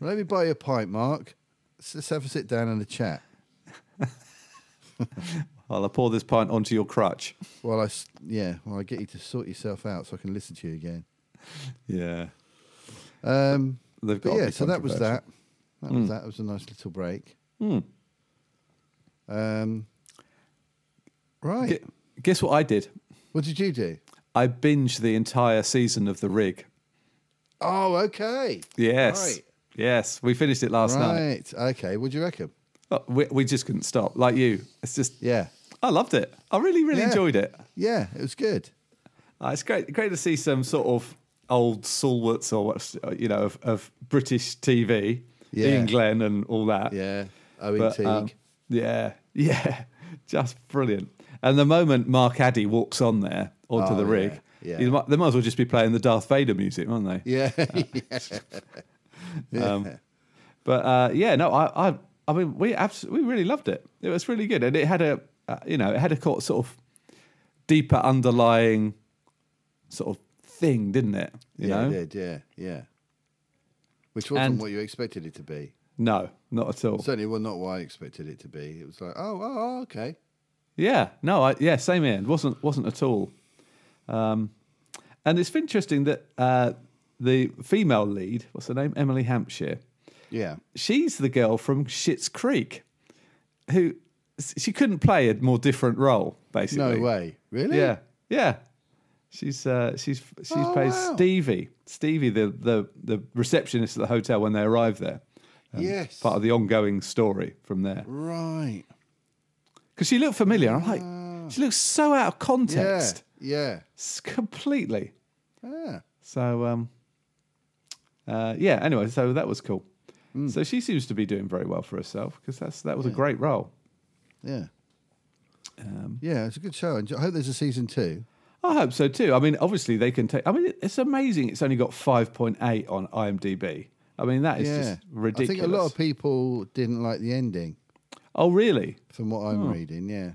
let me buy you a pint, Mark. Let's, let's have a sit down and a chat. I'll pour this pint onto your crutch. While I s- yeah, while I get you to sort yourself out so I can listen to you again. Yeah. Um, They've But got to yeah, be so that was that. controversial. Hmm. That was that. It was a nice little break. Um, right. Gu- Guess what I did? what did you do? I binged the entire season of The Rig. Oh, okay. Yes. Right. Yes. We finished it last night. Right. Okay. What do you reckon? Oh, we, we just couldn't stop. Like you. It's just, Yeah. I loved it. I really, really Yeah. enjoyed it. Yeah. It was good. Uh, it's great, great to see some sort of old stalwarts or what's, uh, you know, of, of British TV, Yeah. Ian Glenn and all that. Yeah. E Owen But, Teague. um, yeah, yeah, just brilliant. And the moment Mark Addy walks on there onto Oh, the yeah, rig, yeah. you might- they might as well just be playing the Darth Vader music, aren't they? yeah. yeah. Um, but uh, yeah, no, I, I, I mean, we abs- we really loved it. It was really good, and it had a, uh, you know, it had a co- sort of deeper underlying sort of thing, didn't it? You yeah. know, It did. Yeah. Yeah. Which wasn't And- what you expected it to be. no, not at all. Certainly, well, not what I expected it to be. It was like, oh, oh, oh, okay. Yeah, no, I, yeah, same here. It wasn't wasn't at all. Um, and it's interesting that uh, the female lead, what's her name, Emily Hampshire, Yeah. she's the girl from Schitt's Creek, who she couldn't play a more different role, No basically. way. Really? Yeah, yeah. She's uh, she's she Oh, plays wow. Stevie. Stevie, the, the the receptionist at the hotel when they arrive there. yes. Part of the ongoing story from there. right. Because she looked familiar. I'm like, she looks so out of context. Ah. Yeah. S- Completely. Yeah. Ah. So um uh, yeah, anyway, so that was cool. Hmm. So she seems to be doing very well for herself because that's that was a great role. Yeah. Um, yeah, it's a good show. I hope there's a season two. I hope so too. I mean, obviously they can take. I mean, it's amazing. It's only got five point eight on IMDb. I mean, that is yeah. just ridiculous. I think a lot of people didn't like the ending, oh, really? from what Oh. I'm reading. Yeah.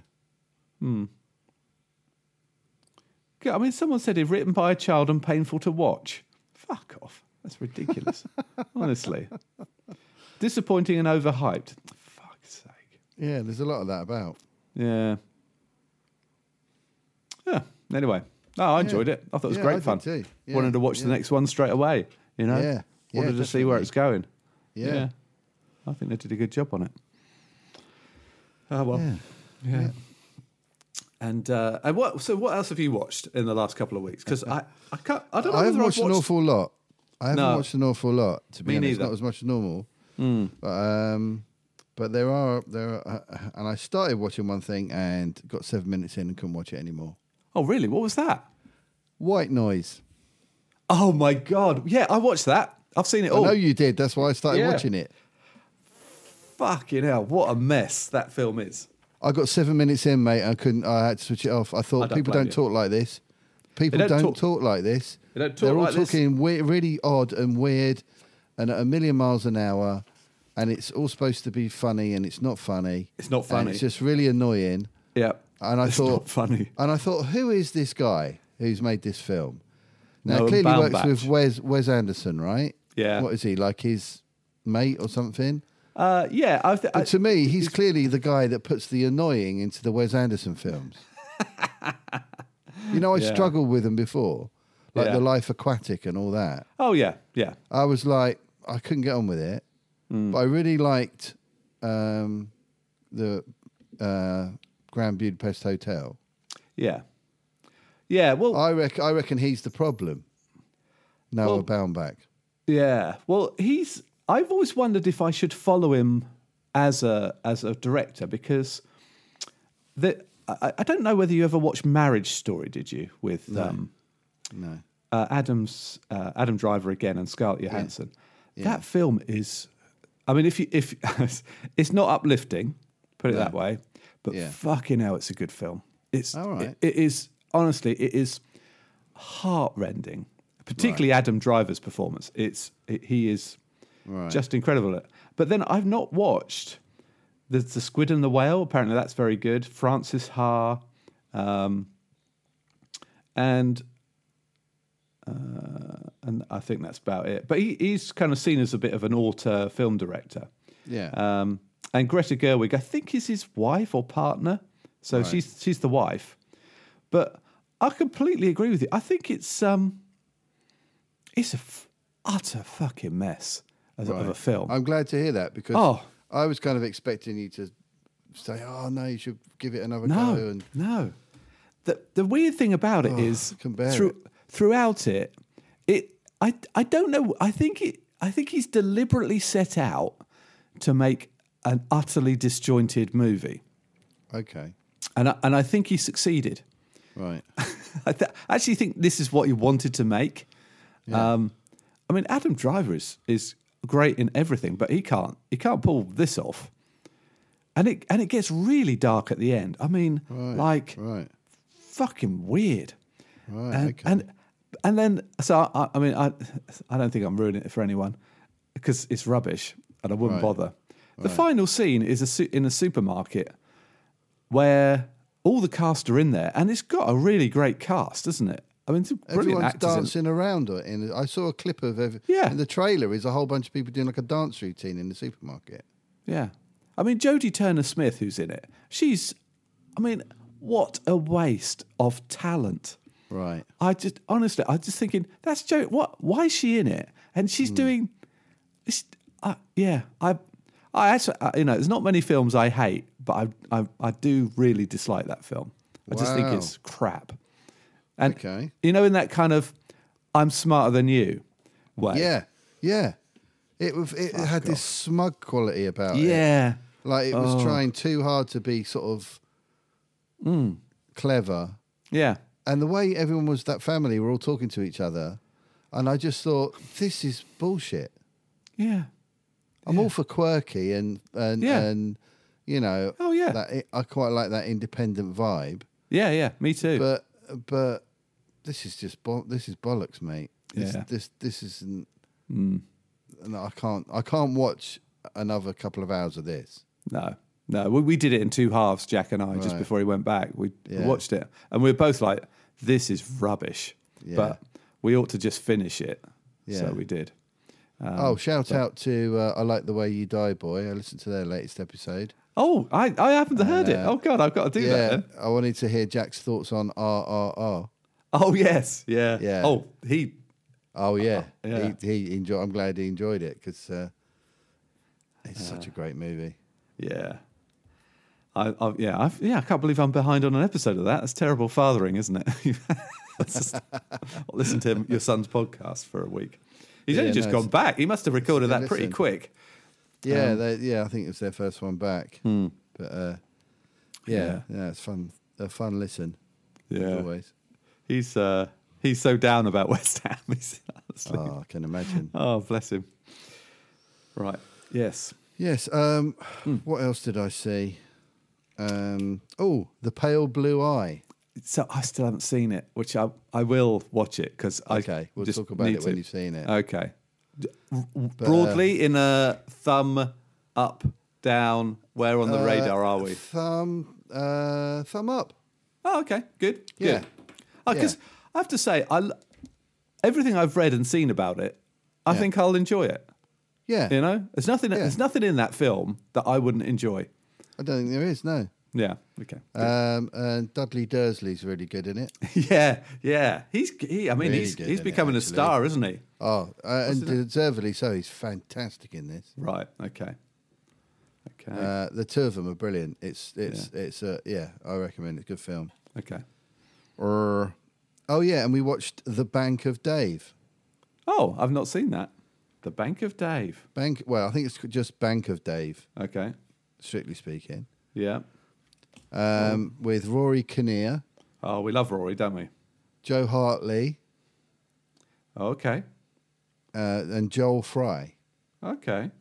Yeah, I mean, someone said it's written by a child and painful to watch. Fuck off. That's ridiculous. Honestly, disappointing and overhyped. Fuck's sake. Yeah, there's a lot of that about. Yeah. Yeah. Anyway, no, I enjoyed it. I thought it was Yeah, I great did fun. too. Yeah, Wanted to watch the yeah. next one straight away. You know. Yeah, yeah, Wanted to see where definitely. it's going. Yeah. I think they did a good job on it. Oh well. Yeah. And uh, and what so what else have you watched in the last couple of weeks? Because I I can't I don't know I whether haven't I've watched, an awful lot. I haven't No. watched an awful lot to be Me honest. neither. Hmm. Not as much as normal. But, um, but there are there are, uh, and I started watching one thing and got seven minutes in and couldn't watch it anymore. Oh really? What was that? White noise. Oh my god! Yeah, I watched that. I've seen it all. I know you did. That's why I started Oh. Yeah. watching it. Fucking hell! What a mess that film is. I got seven minutes in, mate. I couldn't. I had to switch it off. I thought I don't people blame don't you. talk like this. People don't don't, talk- talk, like this. They don't talk They're all like this. talking we- really odd and weird, and at a million miles an hour. And it's all supposed to be funny, and it's not funny. It's not And funny. it's just really annoying. Yeah. And I It's thought not funny. And I thought, who is this guy who's made this film? Now Noah clearly works Baumbach. with Wes Wes Anderson, right? Yeah. What is he like? His mate or something? Uh, yeah, I, th- I But to me, he's clearly the guy that puts the annoying into the Wes Anderson films. you know, I Yeah. struggled with them before, like Yeah. The Life Aquatic and all that. oh yeah, yeah, I was like, I couldn't get on with it, Hmm. but I really liked um, the uh, Grand Budapest Hotel. yeah, yeah. Well, I, rec- I reckon he's the problem. Noah Baumbach. yeah. Well, he's. I've always wondered if I should follow him as a as a director because the I, I don't know whether you ever watched Marriage Story. Did you with um, No. uh, Adam's uh, Adam Driver again and Scarlett Johansson. That film is, I mean, if you if it's not uplifting, put it that way, but Yeah. fucking hell, it's a good film. It's All right. it- it is honestly it is heartrending, particularly Adam Driver's performance. It's it, he is Right. just incredible. at it. But then I've not watched the, the Squid and the Whale. Apparently, that's very good. Francis Ha, um, and uh, and I think that's about it. But he, he's kind of seen as a bit of an auteur film director. Yeah. Um, and Greta Gerwig, I think, is his wife or partner. So she's she's the wife. But I completely agree with you. I think it's um, it's a f- utter fucking mess as a- of a Right. film. I'm glad to hear that because Oh. I was kind of expecting you to say, "Oh no, you should give it another no, go." And Oh, no. The the weird thing about it is I can bear through, throughout it, it I I don't know. I think it I think he's deliberately set out to make an utterly disjointed movie, okay, and I, and I think he succeeded. right, I th- actually think this is what he wanted to make. Um, I mean, Adam Driver is is great in everything, but he can't he can't pull this off. And it and it gets really dark at the end. I mean, like right, fucking weird. right, And, okay, and and then so I, I mean I I don't think I'm ruining it for anyone because it's rubbish and I wouldn't Right. bother. The final scene is a su- in a supermarket where all the cast are in there and it's got a really great cast, isn't it? I mean, it's a brilliant everyone's actors. in- dancing around. It in I saw a clip of every, Yeah. In the trailer is a whole bunch of people doing like a dance routine in the supermarket. Yeah. I mean, Jodie Turner Smith, who's in it, she's, I mean, what a waste of talent. Right, I just honestly, I was just thinking that's Joe. What? Why is she in it? And she's Hmm. doing. It's, uh, yeah, I, I actually, uh, you know, there's not many films I hate, but I, I, I do really dislike that film. I just think Wow. it's crap. And Okay. you know, in that kind of "I'm smarter than you" way. Yeah, yeah. It was. It had this smug quality about it. Yeah. like it was Oh. trying too hard to be sort of Hmm. clever. Yeah. And the way everyone was that family were all talking to each other, and I just thought this is bullshit. Yeah. I'm all for quirky and and Yeah. and you know. Oh, yeah. that, I quite like that independent vibe. Yeah. Yeah. Me too. But but this is just bo- this is bollocks, mate. This Yeah. Hmm. this this isn't. No, I can't I can't watch another couple of hours of this. No, no. We, we did it in two halves, Jack and I, just Right. before he went back. We Yeah. watched it and we were both like, this is rubbish. Yeah. But we ought to just finish it. Yeah. So we did. Ah, oh, shout out to uh, I like the way you die, boy. I listened to their latest episode. Oh, I, I haven't heard it. uh, Oh, God, I've got to do that yeah, then. I wanted to hear Jack's thoughts on RRR. Oh, yes. Yeah. Yeah. Oh, he. Oh yeah, Uh, yeah. He, he enjoyed. I'm glad he enjoyed it because uh, it's such a great movie. Yeah. I, I, yeah, I've, yeah, I can't believe I'm behind on an episode of that. That's terrible fathering, isn't it? That's just- I'll listen to him, your son's podcast for a week. He's only Yeah, just no, gone back. He must have recorded good that pretty listen. quick. Yeah, Um, they, yeah. I think it was their first one back, Hmm. but uh, yeah, yeah, it's fun. A fun listen. as Yeah. always. He's uh, he's so down about West Ham. He's honestly, oh. Oh, I can imagine. bless him. Right. Yes. Yes. Um, Hmm. What else did I see? Um, oh, the pale blue eye. So I still haven't seen it, which I I will watch it because I Okay, we'll just talk about need it when to. Uh, you've seen it. um, Okay. D- Broadly, in a thumb up, down. Where on the Uh, radar are we? Thumb, uh, thumb up. Oh, okay. Good. Yeah. Good. Because Yeah. I have to say, I l- everything I've read and seen about it, I Yeah. think I'll enjoy it. Yeah, You know, there's nothing. There's nothing in that film that I wouldn't enjoy. I don't think there is no. Yeah. Okay. Um, and Dudley Dursley's really good in it. yeah. Yeah. He's. He, I mean, Really he's good, he's isn't it, becoming a actually? star, isn't he? Oh, uh, and deservedly so. He's fantastic in this. Right. Okay. Okay. Uh, the two of them are brilliant. It's it's it's uh, yeah. I recommend it. Good film. okay. Or oh yeah, and we watched The Bank of Dave. Oh, I've not seen that. The Bank of Dave. Bank. Well, I think it's just Bank of Dave, Okay. strictly speaking. Yeah. Um, with Rory Kinnear, Oh, we love Rory, don't we? Joe Hartley, Okay. uh, and Joel Fry. Okay.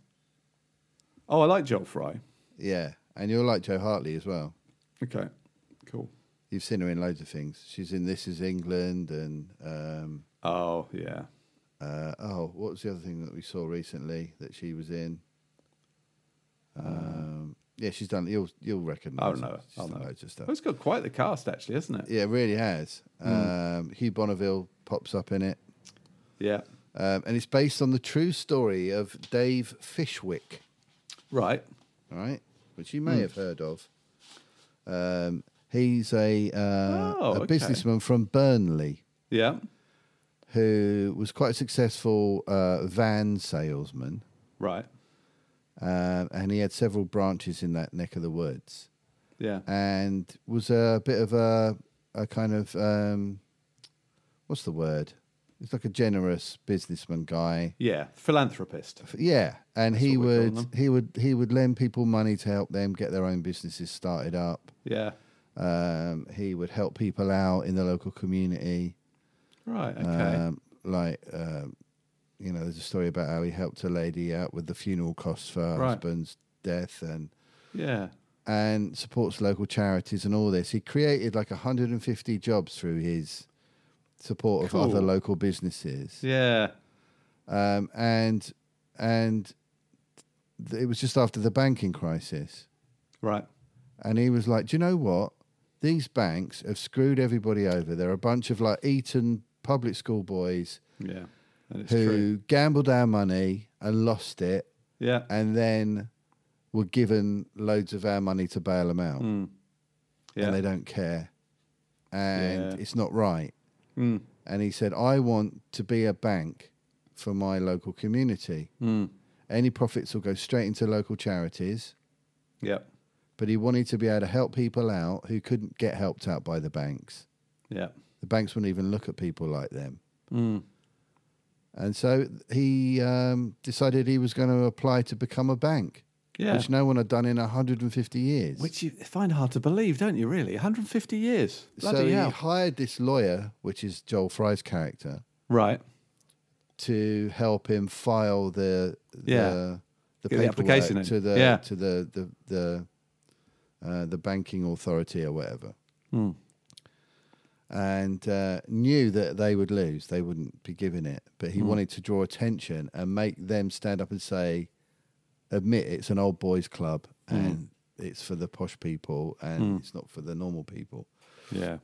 Oh, I like Joel Fry. Yeah, and you'll like Joe Hartley as well. Okay. Cool. You've seen her in loads of things. She's in This Is England and um, Oh yeah. uh, oh, what was the other thing that we saw recently that she was in? Um, yeah, she's done. You'll you'll recognise. I her. don't know. She's I'll done know. loads of stuff. Oh, it's got quite the cast, actually, isn't it? Yeah, it really has. Hmm. Um, Hugh Bonneville pops up in it, Yeah. um, and it's based on the true story of Dave Fishwick. Right. all right, which you may Hmm. have heard of. Um, he's a, uh, Oh, a okay. businessman from Burnley Yeah. who was quite a successful uh, van salesman, Right. um, and he had several branches in that neck of the woods, Yeah. and was a bit of a a kind of um, what's the word? It's like a generous businessman guy. Yeah. Philanthropist. Yeah, and he what we call would them. he would he would lend people money to help them get their own businesses started up. Yeah. Um, he would help people out in the local community. Right. Okay. Um, like, um, you know, there's a story about how he helped a lady out with the funeral costs for her Right. husband's death and yeah. and supports local charities and all this. He created like 150 jobs through his support of Cool. other local businesses. Yeah. Um, and and th- it was just after the banking crisis. Right. and he was like, "Do you know what? These banks have screwed everybody over. They're a bunch of like Eton public school boys Yeah. That is who true. gambled our money and lost it, Yeah. and then were given loads of our money to bail them Hmm. out, Mm. Yeah. and they don't care, and Yeah. it's not right." Mm. And he said, "I want to be a bank for my local community. Mm. Any profits will go straight into local charities." yeah. but he wanted to be able to help people out who couldn't get helped out by the banks. Yeah. The banks wouldn't even look at people like them. Mm. And so he um, decided he was going to apply to become a bank, Yeah. which no one had done in 150 years. Which you find hard to believe, don't you, really? 150 years. Bloody so he hell. hired this lawyer, which is Joel Fry's character, Right. to help him file the Yeah. the, the Get the paperwork application in. to the Yeah. to the the the, uh, the banking authority or whatever. Hmm. And uh, knew that they would lose; they wouldn't be given it. But Hmm. he wanted to draw attention and make them stand up and say, "Admit it's an old boys' club, Hmm. and it's for the posh people, and it's not for the normal people." Yeah.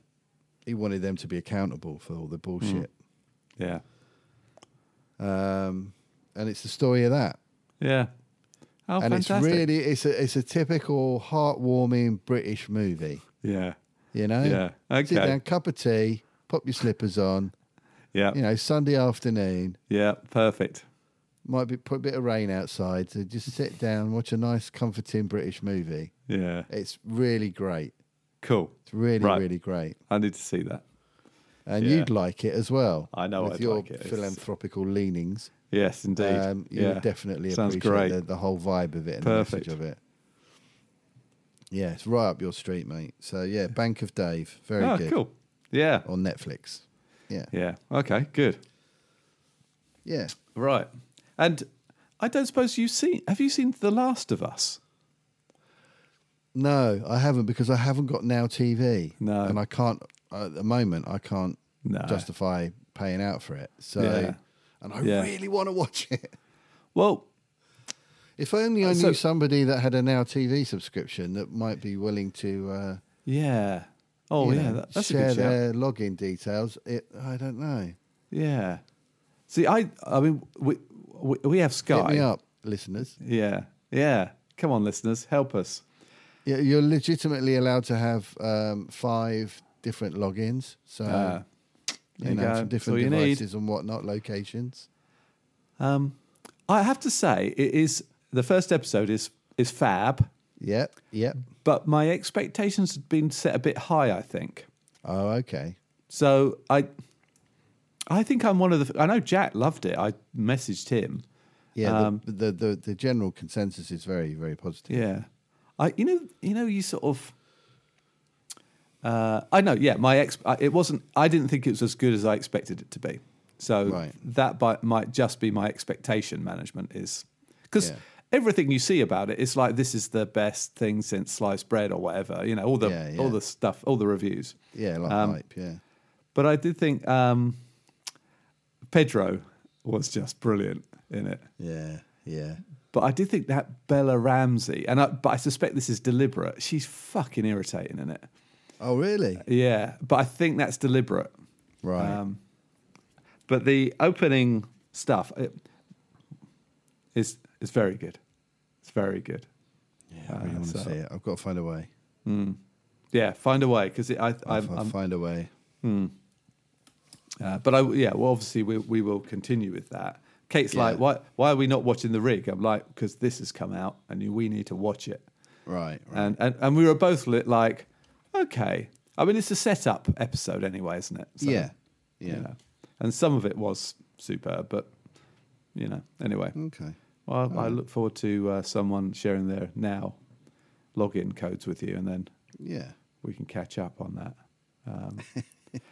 He wanted them to be accountable for all the bullshit. Yeah. Hmm. Um, and it's the story of that. Yeah. Oh, and fantastic. it's really it's a it's a typical heartwarming British movie. Yeah. You know, Yeah, okay. Sit down, cup of tea, pop your slippers on. Yeah. You know, Sunday afternoon Yeah. Perfect. might be put a bit of rain outside, so just sit down, watch a nice, comforting British movie. Yeah. It's really great. Cool. It's really Right. really great, I need to see that. and Yeah. you'd like it as well. I know with I'd your like it. It's- philanthropical leanings. Yes, indeed. Um, you yeah. would definitely Sounds appreciate The, great. the whole vibe of it and Perfect. the message of it. Yeah, it's right up your street, mate. So yeah, Bank of Dave, very oh, good cool. Yeah. on Netflix. Yeah, Yeah. Okay. Good. yeah. Right. And I don't suppose you've seen. Have you seen The Last of Us? No, I haven't because I haven't got Now TV. No. and I can't at the moment. I can't No. justify paying out for it. So, Yeah. and I Yeah. really want to watch it. Well, If only I knew So- somebody that had a Now TV subscription that might be willing to. Uh, yeah. Oh, you yeah. know, that- that's a share good shout. their login details. It, I don't know. Yeah. See, I. I mean, we we, we have Sky. Hit me up, listeners. Yeah. Yeah. Come on, listeners, help us. Yeah, You're legitimately allowed to have um, five different logins. So, Ah. Um, you There know, from you go. That's all different you need. devices and whatnot, locations. I have to say, it is the first episode is is fab, Yep, yep. but my expectations had been set a bit high. I think Oh, okay. so. I I think I'm one of the. I know Jack loved it. I messaged him. Yeah, Um, the, the, the, the general consensus is very, very positive. Yeah. I you know you know you sort of uh, I know yeah my ex I- it wasn't I didn't think it was as good as I expected it to be. So Right. that by, might just be my expectation management is cuz Yeah. everything you see about it it's like this is the best thing since sliced bread or whatever, you know, all the Yeah, yeah. all the stuff, all the reviews. Yeah, like Um, hype, yeah. But I did think um, Pedro was just brilliant in it. Yeah, yeah. But I did think that Bella Ramsey, and I, but I suspect this is deliberate. She's fucking irritating in it. Oh, really? Yeah, but I think that's deliberate. Right. Um, but the opening stuff it, is is very good. It's very good. yeah, I really uh, want to so- see it. I've got to find a way. Yeah, find a way because I, I, I'll, I'm, I'll I'm find a way. uh, but I yeah. Well, obviously we we will continue with that. Kate's Yeah. like, why why are we not watching the rig? I'm like, because this has come out and you- we need to watch it. Right, right. and and, and we were both li- like, okay. I mean, it's a setup episode anyway, isn't it? So, yeah, you yeah. know. And some of it was superb, but you know. Anyway, Okay. well, Mm. I, I look forward to uh, someone sharing their now login codes with you, and then Yeah. we can catch up on that. Um,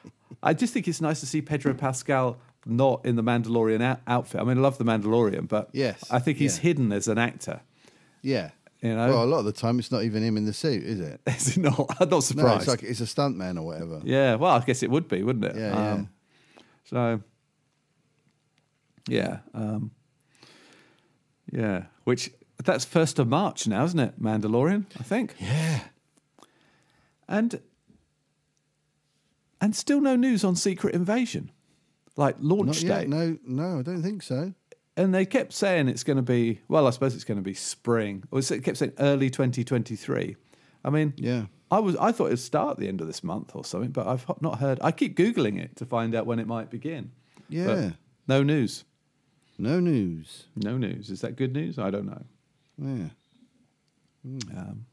I just think it's nice to see Pedro Pascal not in the Mandalorian out- outfit. I mean, I love the Mandalorian, but Yes, I think he's yeah. hidden as an actor. Yeah. You know? Well, a lot of the time it's not even him in the suit, is it? Is he not? I'm not No, surprised. it's like it's a stuntman or whatever. Yeah, well, I guess it would be, wouldn't it? Um, Yeah, yeah. So, yeah, um, yeah. Which that's first of March now, isn't it? Mandalorian, I think. Yeah. And and still no news on Secret Invasion, like Not launch yet. date. No, no, I don't think so. And they kept saying it's going to be. Well, I suppose it's going to be spring. Or it kept saying early 2023. I mean, Yeah. I was I thought it'd start at the end of this month or something, but I've not heard. I keep googling it to find out when it might begin. But Yeah. no news. No news. No news. Is that good news? I don't know. Yeah. Um,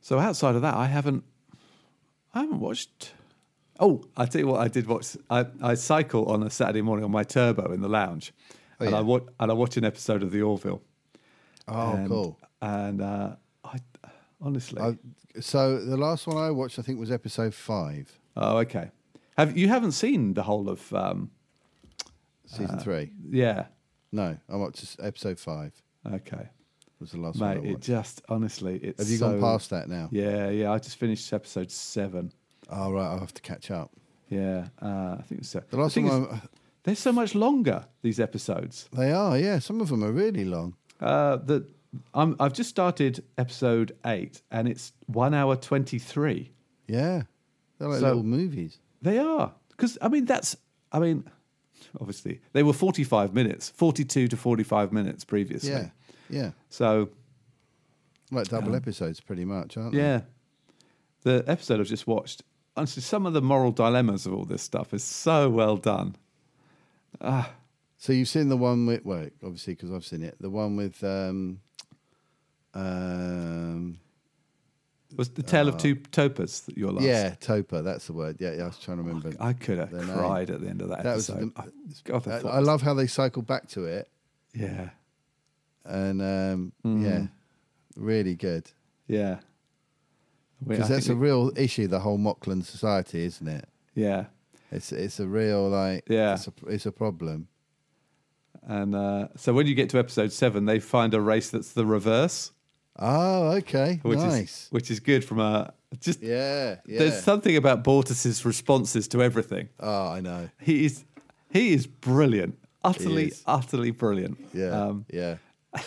so outside of that, I haven't. I haven't watched Oh, I tell you what, I did watch. I, I cycle on a Saturday morning on my turbo in the lounge, and Oh, yeah. I watch and I watch an episode of The Orville. Oh, and, cool. And uh, I honestly, I, so the last one I watched, I think, was episode five, oh okay. Have you haven't seen the whole of? Um, Uh-huh. season three. yeah, No, I'm up to s- episode five. okay, Was the last mate. one I It watched. just honestly, it's Have you so- gone past that now? Yeah, yeah. I just finished episode seven. All right, I'll have to catch up. Yeah, uh, I think so. The last thing one, is, I- they're so much longer these episodes. they are, yeah. Some of them are really long. Uh, that I'm, I've just started episode eight, and it's one hour twenty three. Yeah, they're like So- little movies. They are because I mean that's I mean obviously they were forty five minutes, forty two to forty five minutes previously. Yeah, yeah, So like double episodes, pretty much, aren't they? yeah, the episode I've just watched. Honestly, some of the moral dilemmas of all this stuff is so well done. So you've seen the one with, well, obviously because I've seen it, the one with, um, um, Was the tale of two topas that your last? Uh, yeah, Topa. That's the word. Yeah, yeah. I was trying to remember. Oh, I could have their name. cried at the end of that, That was episode. the- I, God, I, I, thought- Uh, I love how they cycle back to it, Yeah, and um, Mm-hmm. yeah, really good. yeah. We- I Because that's a think real issue, the whole Mockland society, isn't it? we- yeah, It's it's a real like Yeah. it's a, it's a problem. and uh, so when you get to episode seven, they find a race that's the reverse, Oh, okay, which is nice. which is good from a just. yeah, yeah. There's something about Bortus's responses to everything. oh, I know. He is he is brilliant, utterly, is. utterly brilliant. Yeah, Um, yeah.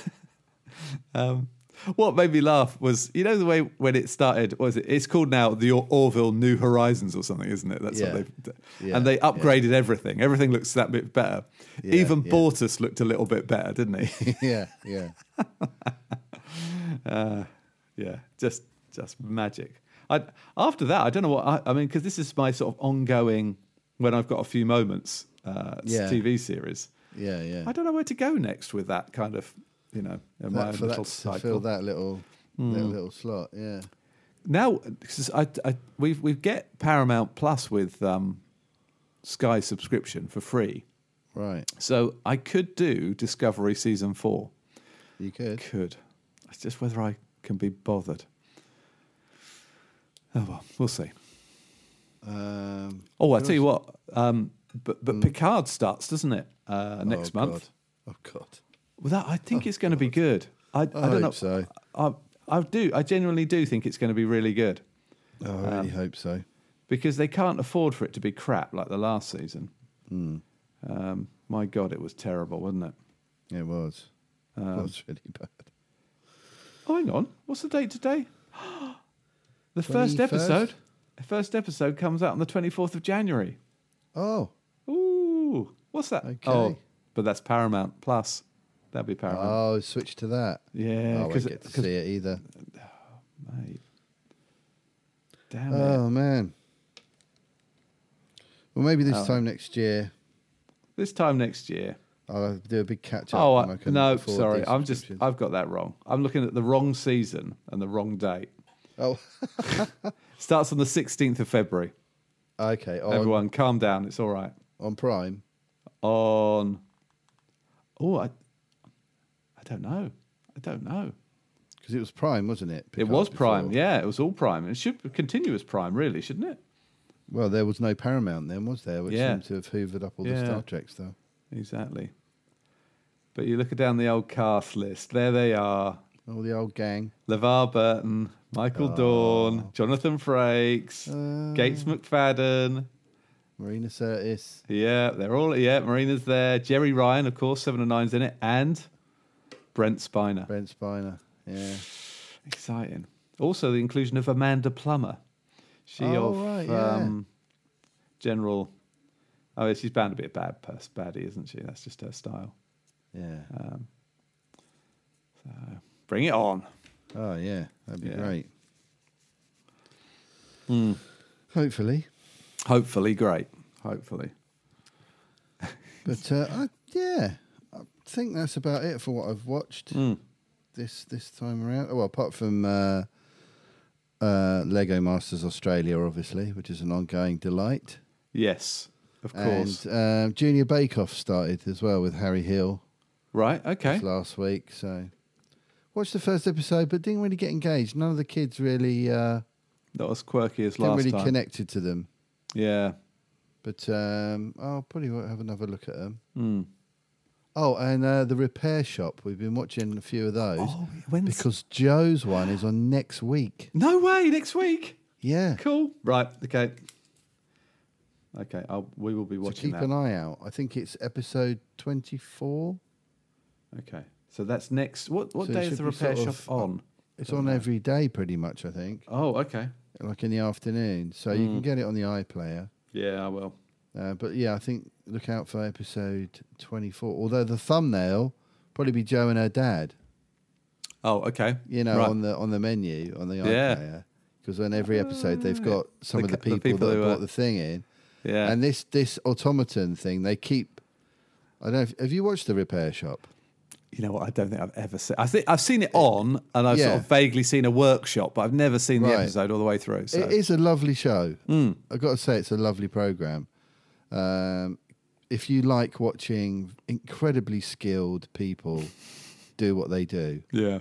Um, what made me laugh was, you know, the way when it started, what is it? It's called now the Or- Orville New Horizons or something, isn't it? That's Yeah. what they've. Yeah, And they yeah. upgraded everything. Everything looks that bit better. Yeah, Even yeah. Bortus looked a little bit better, didn't he? yeah, yeah. yeah, just just magic. I, after that, I don't know what I, I mean because this is my sort of ongoing when I've got a few moments uh, Yeah. TV series. Yeah, yeah. I don't know where to go next with that kind of, you know, in my That, own for little that to fill cycle. Hmm. that little, little little slot, yeah. now 'cause I, I we we get Paramount Plus with um, Sky subscription for free, Right, so I could do Discovery season four. you could. Could it's just whether I can be bothered. Oh well, we'll see. Um, Oh, I tell you what, um, but but Picard starts, doesn't it, uh, next Hmm. oh, month? God. Oh God. Well, that, I think it's going to be good. I, I, hope don't know. so. I, I do. I genuinely do think it's going to be really good. Oh, Um, I really hope so. because they can't afford for it to be crap like the last season. Hmm. Um, my God, it was terrible, wasn't it? It was. um, it was really bad. Oh, hang on, what's the date today? the first 21st? episode. The first episode comes out on the twenty fourth of January. Oh, Ooh, what's that? Okay. Oh, but that's Paramount Plus. That'd be Paramount. oh, switch to that. Yeah, oh, I won't 'cause- get to 'cause- see it either. Mate. Damn it! Oh man. Well, maybe Oh. this time next year This time next year. I'll do a big catch up. Oh when I, can no, afford sorry, these I'm just subscriptions. I've got that wrong. I'm looking at the wrong season and the wrong date. oh, Starts on the sixteenth of February. okay. On, Everyone, calm down. It's all right. on Prime. On. Oh, I. I don't know. I don't know. Because it was Prime, wasn't it? it Picard was Prime. before. Yeah, it was all Prime. It should continue as Prime, really, shouldn't it? Well, there was no Paramount then, was there? Which Yeah. seemed to have hoovered up all Yeah. the Star Trek stuff. Exactly. But you look down the old cast list. There they are: All the old gang. LeVar Burton, Oh. Michael Dawn, Jonathan Frakes, Uh. Gates McFadden. Marina Curtis. Yeah, they're all. Yeah, Marina's there. Jerry Ryan, of course, seven and nine's in it, and Brent Spiner. Brent Spiner. Yeah. Exciting. Also, the inclusion of Amanda Plummer. She Oh, of right, yeah. um, General. Oh, yeah, she's bound to be a bad person, baddie, isn't she? That's just her style. Yeah. Uh, Bring it on. oh, yeah. That'd be yeah. great. Hmm. Hopefully. Hopefully, great. Hopefully. But uh, I, yeah, I think that's about it Hmm. for what I've watched this this time around. Oh, well, apart from uh, uh, Lego Masters Australia, obviously, which is an ongoing delight. Yes, of course. And um, Junior Bake Off started as well with Harry Hill right. Okay. just last week. So watched the first episode, but didn't really get engaged. None of the kids really uh, Not as quirky as didn't last really time. connected to them. Yeah. But um, I'll probably wa- have another look at them. Hmm. Oh, and uh, the repair shop. We've been watching a few of those Oh, when's because Joe's one is on next week. no way next week? Yeah, Cool. Right. Okay. Okay. I'll, we will be so watching keep that. an eye out. I think it's episode twenty-four. Okay. So that's next. What what So it day should is the be repair sort shop of- uh, on? It's on every day, pretty much. I think, Oh, okay. like in the afternoon, so Hmm. you can get it on the iPlayer. Yeah, I will. Uh, but yeah, I think look out for episode 24. Although the thumbnail probably be Joe and her dad, Oh, okay. you know, Right. on the on the menu on the Yeah. Uh, iPlayer, because on every episode they've got some The of the ca- the people, people that who brought are- the thing in, yeah. and this this automaton thing they keep. I don't. know if, Have you watched the repair shop? you know what? I don't think I've ever seen. I think I've seen it on, and I've Yeah. sort of vaguely seen a workshop, but I've never seen the Right. episode all the way through. So Hmm. It is a lovely show. I've got to say, it's a lovely program. Um, if you like watching incredibly skilled people do what they do, yeah,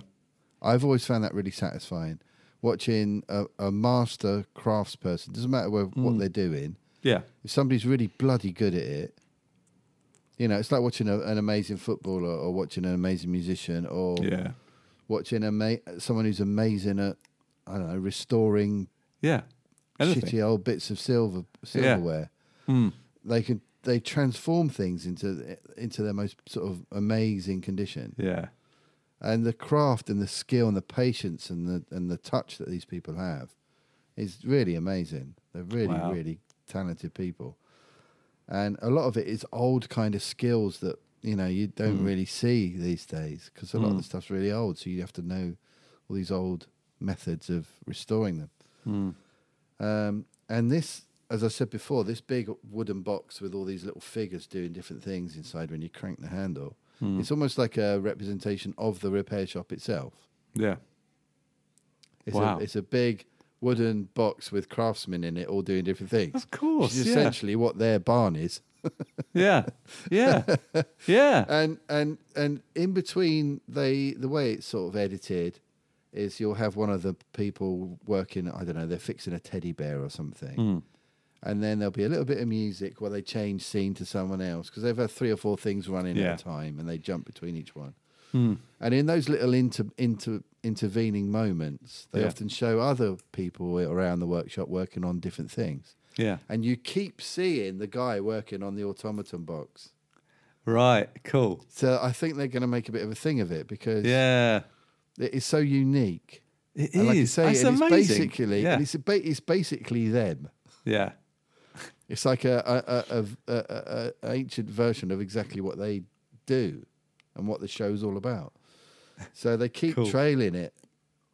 I've always found that really satisfying. Watching a, a master craftsperson, doesn't matter where, Hmm. what they're doing, yeah, if somebody's really bloody good at it, you know, it's like watching a, an amazing footballer or watching an amazing musician or yeah, watching a ma- someone who's amazing at, I don't know, restoring yeah. Anything. Hmm. shitty old bits of silver silverware. They can they transform things into into their most sort of amazing condition. Yeah, and the craft and the skill and the patience and the and the touch that these people have is really amazing. They're really Wow. really talented people, and a lot of it is old kind of skills that you know you don't really see these days because a lot of the stuff's really old, so you have to know all these old methods of restoring them. Um, and this, as I said before, this big wooden box with all these little figures doing different things inside when you crank the handle, Hmm. it's almost like a representation of the repair shop itself. yeah, It's, Wow. a, it's a big wooden box with craftsmen in it all doing different things. Of course, Which is yeah. essentially what their barn is. yeah, yeah, yeah. And and and in between they the way it's sort of edited is you'll have one of the people working, I don't know, they're fixing a teddy bear or something. Hmm. And then there'll be a little bit of music where they change scene to someone else because they've had three or four things running Yeah. Hmm. at a time and they jump between each one. And in those little inter, inter, intervening moments, they Yeah. often show other people around the workshop working on different things. Yeah, And you keep seeing the guy working on the automaton box. right, cool. So I think they're going to make a bit of a thing of it because Yeah, it is so unique. it and like you is. say, That's and it's amazing. basically yeah, and it's, ba- it's basically them. yeah, It's like a a, a, a, a a ancient version of exactly what they do and what the show's all about. So they keep Cool. Hmm. trailing it,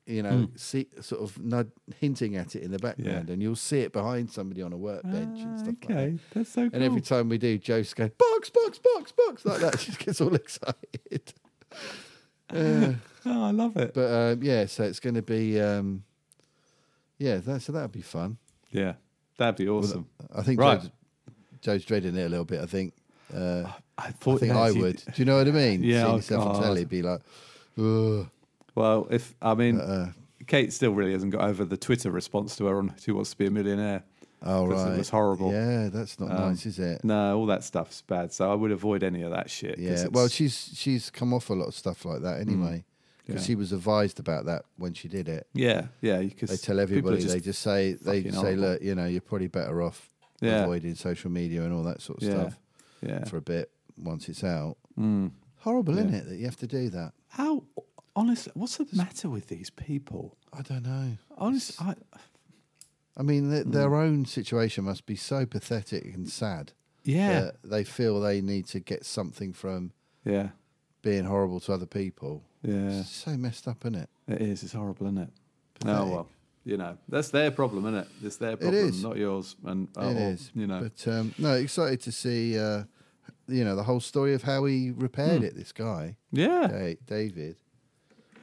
you know, see, sort of nud, hinting at it in the background, and you'll see it behind somebody on a workbench and stuff like that. Ah, okay, that's so cool. And every time we do, Joe's going box, box, box, box like that. She just gets all excited. oh, I love it. But um, yeah, so it's going to be um, yeah. That, so that'll be fun. yeah, that'd be awesome. I think Right. Joe's, Joe's dreading it a little bit. I think. Uh, I I thought think that I you'd- would. Do you know what I mean? Yeah, Seeing oh, yourself on God. telly, be like, "Ugh." Well, if I mean, Uh, Kate still really hasn't got over the Twitter response to her on Who Wants to Be a Millionaire. oh Because right, it was horrible. Um, Yeah, that's not nice, is it? No, all that stuff's bad. So I would avoid any of that shit. 'cause Yeah. it's- Mm, Well, she's she's come off a lot of stuff like that anyway, because Yeah. she was advised about that when she did it. yeah, yeah. Because They tell everybody. they just say they fucking say, horrible. look, you know, you're probably better off Yeah. avoiding social media and all that sort of yeah, stuff. yeah. Mm. for a bit once it's out. Horrible, isn't it, that you have to do that? How honest? What's the matter with these people? I don't know. Honest, I, I mean, Hmm. th- their own situation must be so pathetic and sad. yeah, that they feel they need to get something from yeah, being horrible to other people. yeah. It's so messed up, isn't it? It is. It's horrible, isn't it? Pathetic. Oh well, you know that's their problem, isn't it? It's their problem, is. not yours. And It is, or, Uh, You know, But um, no, excited to see. Uh, Hmm. you know the whole story of how he repaired it. This guy, yeah, Da- David.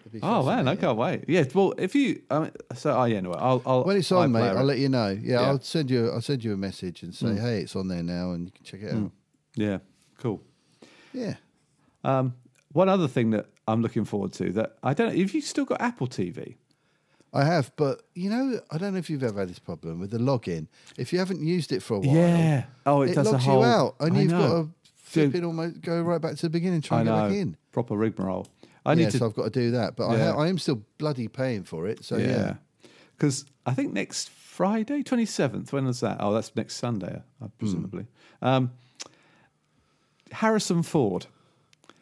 It'd be Oh man, I fascinating. can't wait. Yeah, well, if you, I mean, so oh yeah, no, I'll, I'll When it's I'll on, mate, play it. I'll let you know. Yeah, Yeah. Hmm. I'll send you. I'll send you a message and say, hey, it's on there now, and you can check it out. Yeah, cool. Yeah, Um, one other thing that I'm looking forward to that I don't. If you still got Apple TV, I have. But you know, I don't know if you've ever had this problem with the login. If you haven't used it for a while, Yeah. Oh, it does a logs whole- you out, and I you've got know. to flip Dude. in almost go right back to the beginning, and try I and get know back in. proper rigmarole. I yeah, need to. so I've got to do that, but I, Yeah. ha- I am still bloody paying for it. So yeah, yeah, because I think next Friday, twenty seventh. When is that? Oh, that's next Sunday, Hmm. uh, presumably. Um, Harrison Ford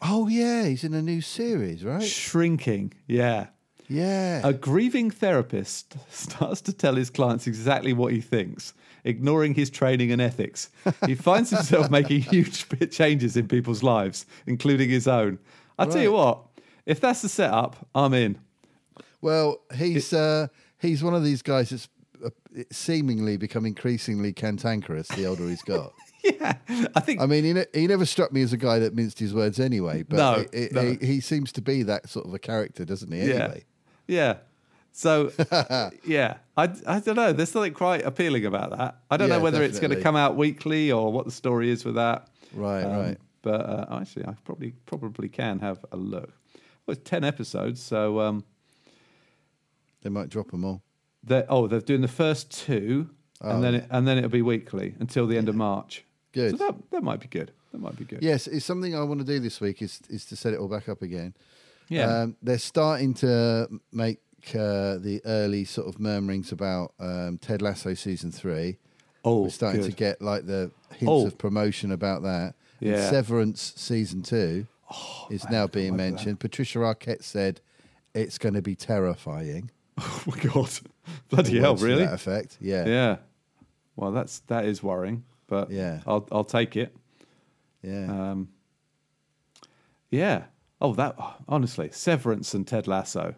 Oh yeah, he's in a new series, right? shrinking. Yeah. Yeah. A grieving therapist starts to tell his clients exactly what he thinks, ignoring his training and ethics. He finds himself making huge changes in people's lives, including his own. I'll tell you Right. what, if that's the setup, I'm in. Well, he's uh, he's one of these guys that's uh, seemingly become increasingly cantankerous the older he's got. Yeah, I think. I mean, he, ne- he never struck me as a guy that minced his words anyway, but No, it- it- no. He, he seems to be that sort of a character, doesn't he? yeah. Anyway, Yeah. So, yeah, I, I don't know. There's something quite appealing about that. I don't Yeah, know whether it's going definitely. to come out weekly or what the story is with that. right, Um, right. But uh, actually, I probably probably can have a look. Well, it's ten episodes, so um, They might drop them all. they're oh they're doing the first two, Oh, and then it, and then it'll be weekly until the end of March. Good. So that that might be good. That might be good. Yes, it's something I want to do this week is is to set it all back up again. Yeah. um, they're starting to make uh, the early sort of murmurings about um, Ted Lasso season three. Oh, we're starting to good. get like the hints Oh. of promotion about that. Yeah. Oh, And Severance season two is now being mentioned. Patricia Arquette said it's going to be terrifying. Oh my god, bloody hell! Words to Really? That effect. Yeah. Yeah. Yeah. Well, that's that is worrying, but Yeah. I'll I'll take it. Um, yeah. Oh, that honestly, Severance and Ted Lasso.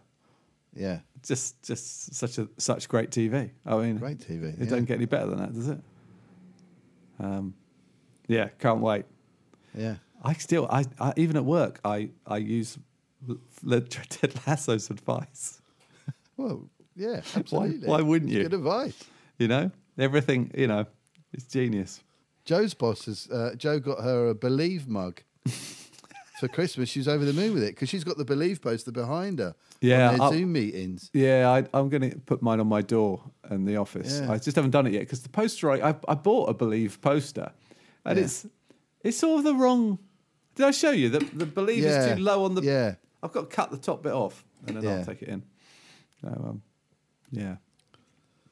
yeah. just just such a such great TV. I mean, Great TV, It yeah. doesn't get any better than that, does it? Um, yeah, can't wait. Yeah. I still, I, I even at work, I I use L- L- Ted Lasso's advice. Well, yeah. Absolutely. why wouldn't It's you? Good advice. You know, everything. You know, it's genius. Joe's boss has uh, Joe got her a Believe mug for Christmas. She's over the moon with it because she's got the Believe poster behind her. Yeah, on their I'll- Zoom meetings. Yeah, I, I'm going to put mine on my door in the office. Yeah. I just haven't done it yet because the poster I, I I bought a Believe poster, and Yeah. it's it's sort of the wrong. Did I show you that the Believe Yeah, is too low on the? yeah. I've got to cut the top bit off, and then Yeah. I'll take it in. So, um, yeah,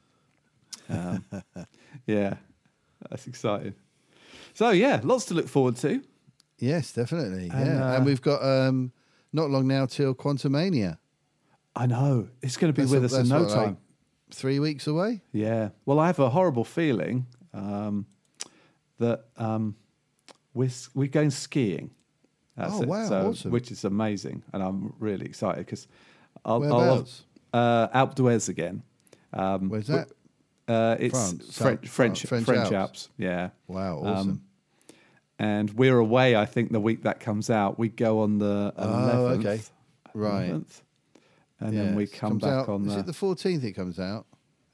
um, yeah, that's exciting. So yeah, lots to look forward to. Yes, definitely. Yeah, And, uh, and we've got um, not long now till Quantumania. I know it's going to be That's with a- us in that's no what, like, time. three weeks away. Yeah. Well, I have a horrible feeling um, that um, we're s- we're going skiing. That's Oh, it. wow, So, awesome. Which is amazing, and I'm really excited because I'll, I'll Whereabouts? uh, Alpe d'Huez again. Um, Where's we- that? Uh, it's France? French, South- French, oh, French, French Alps. Alps. Yeah. Wow, Um, awesome. and we're away. I think the week that comes out, we go on the Oh, 11th. okay. Right. 11th, and Yeah, then we it come comes back out- on Is the, it the fourteenth? It comes out.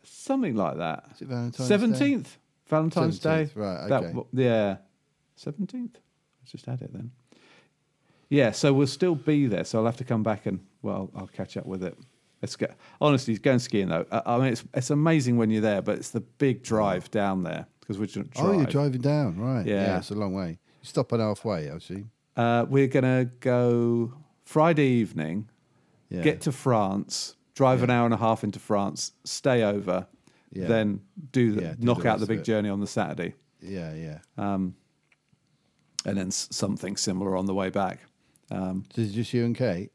something like that. Is it Valentine's Day? Seventeenth, Valentine's Day. 17th, right, okay. w- yeah, seventeenth. Let's just add it then. Yeah, so we'll still be there. So I'll have to come back and well, I'll catch up with it. Let's go. Honestly, going skiing though. I, I mean, it's it's amazing when you're there, but it's the big drive down there because we're just Oh, you're driving down, right? Yeah. it's a long way. You stop at halfway, I assume. Uh, we're gonna go Friday evening, Yeah. get to France, drive an hour and a half into France, stay over, Yeah. then do the Yeah, do the knock out rest the of big it. journey on the Saturday, Yeah, yeah. Um, and then s- something similar on the way back. Um, so it's just you and Kate.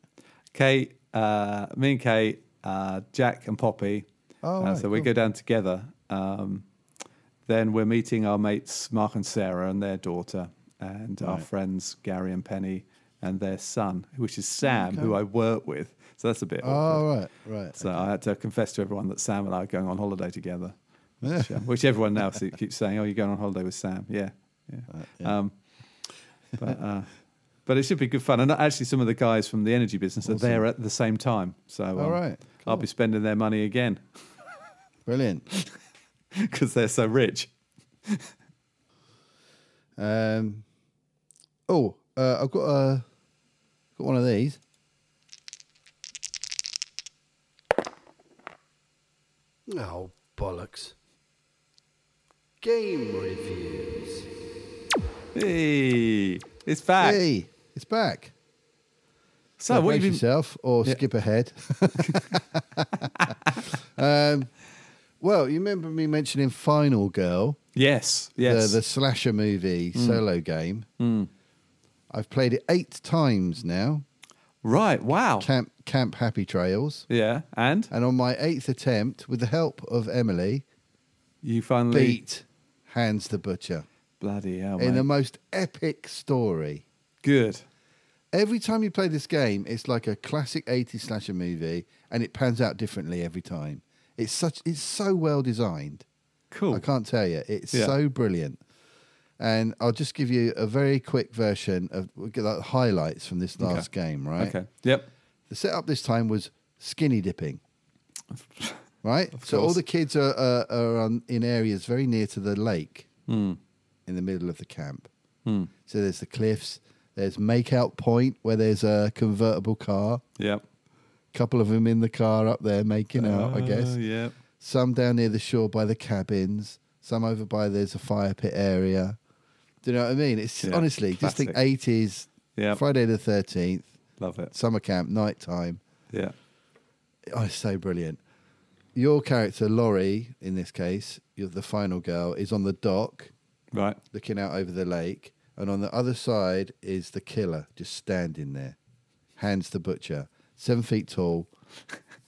Kate, uh, me and Kate, uh, Jack and Poppy. Oh, Uh, right, so we cool. go down together. Um, then we're meeting our mates Mark and Sarah and their daughter, and our friends Gary and Penny and their son, which is Sam, who I work with. So that's a bit. awkward. Oh, right, right. So I had to confess to everyone that Sam and I are going on holiday together, which, uh, which everyone now se- keeps saying, "Oh, you're going on holiday with Sam?" Yeah, yeah. Um, but uh, But it should be good fun. And actually, some of the guys from the energy business are there at the same time. So um, All right, I'll be spending their money again Brilliant. because they're so rich. Um, oh, uh, I've got a got one of these. Oh, bollocks. Game reviews. Hey, it's back. Hey, it's back. so what Brace have you been? yourself or skip ahead. um, well, you remember me mentioning Final Girl, Yes, the- yes. Mm. the, slasher movie solo game. I've played it eight times now. right. Wow. Camp Camp Happy Trails, yeah, and and on my eighth attempt, with the help of Emily, you finally beat Hands the Butcher bloody hell. in the Oh, mate. most epic story. Good. Every time you play this game, it's like a classic 80s slasher movie and it pans out differently every time. It's such it's so well designed. Cool. I can't tell you. It's Yeah. so brilliant. And I'll just give you a very quick version of we'll get like highlights from this last game, right? Okay. Yep. The setup this time was skinny dipping. Right? So all course. the kids are, are, are on, in areas very near to the lake Hmm. in the middle of the camp. So there's the cliffs, there's Makeout Point where there's a convertible car, Yep. couple of them in the car up there making out, I guess. Uh, Yep. Some down near the shore by the cabins, some over by there's a fire pit area. Do you know what I mean? It's Yeah, honestly just think classic. 80s, Yep. Friday the 13th, Love it. summer camp, nighttime. Yeah. Oh, it's so brilliant. Your character, Laurie, in this case, you're the final girl, is on the dock Right. looking out over the lake. And on the other side is the killer just standing there. Hands the butcher, seven feet tall,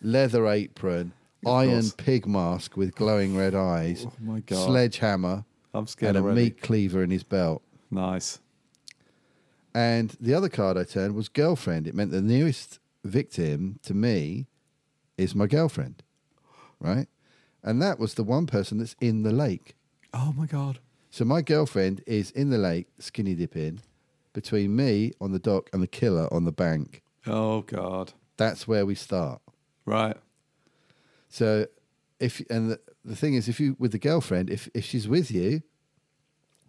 leather apron, iron course. pig mask with glowing red eyes, Oh, my God. sledgehammer, I'm scared and a already. meat cleaver in his belt. Nice. And the other card I turned was girlfriend. It meant the nearest victim to me is my girlfriend, right? And that was the one person that's in the lake. Oh my god. So my girlfriend is in the lake, skinny dipping, between me on the dock and the killer on the bank. Oh god. That's where we start. Right. So if and the, the thing is, if you with the girlfriend, if if she's with you,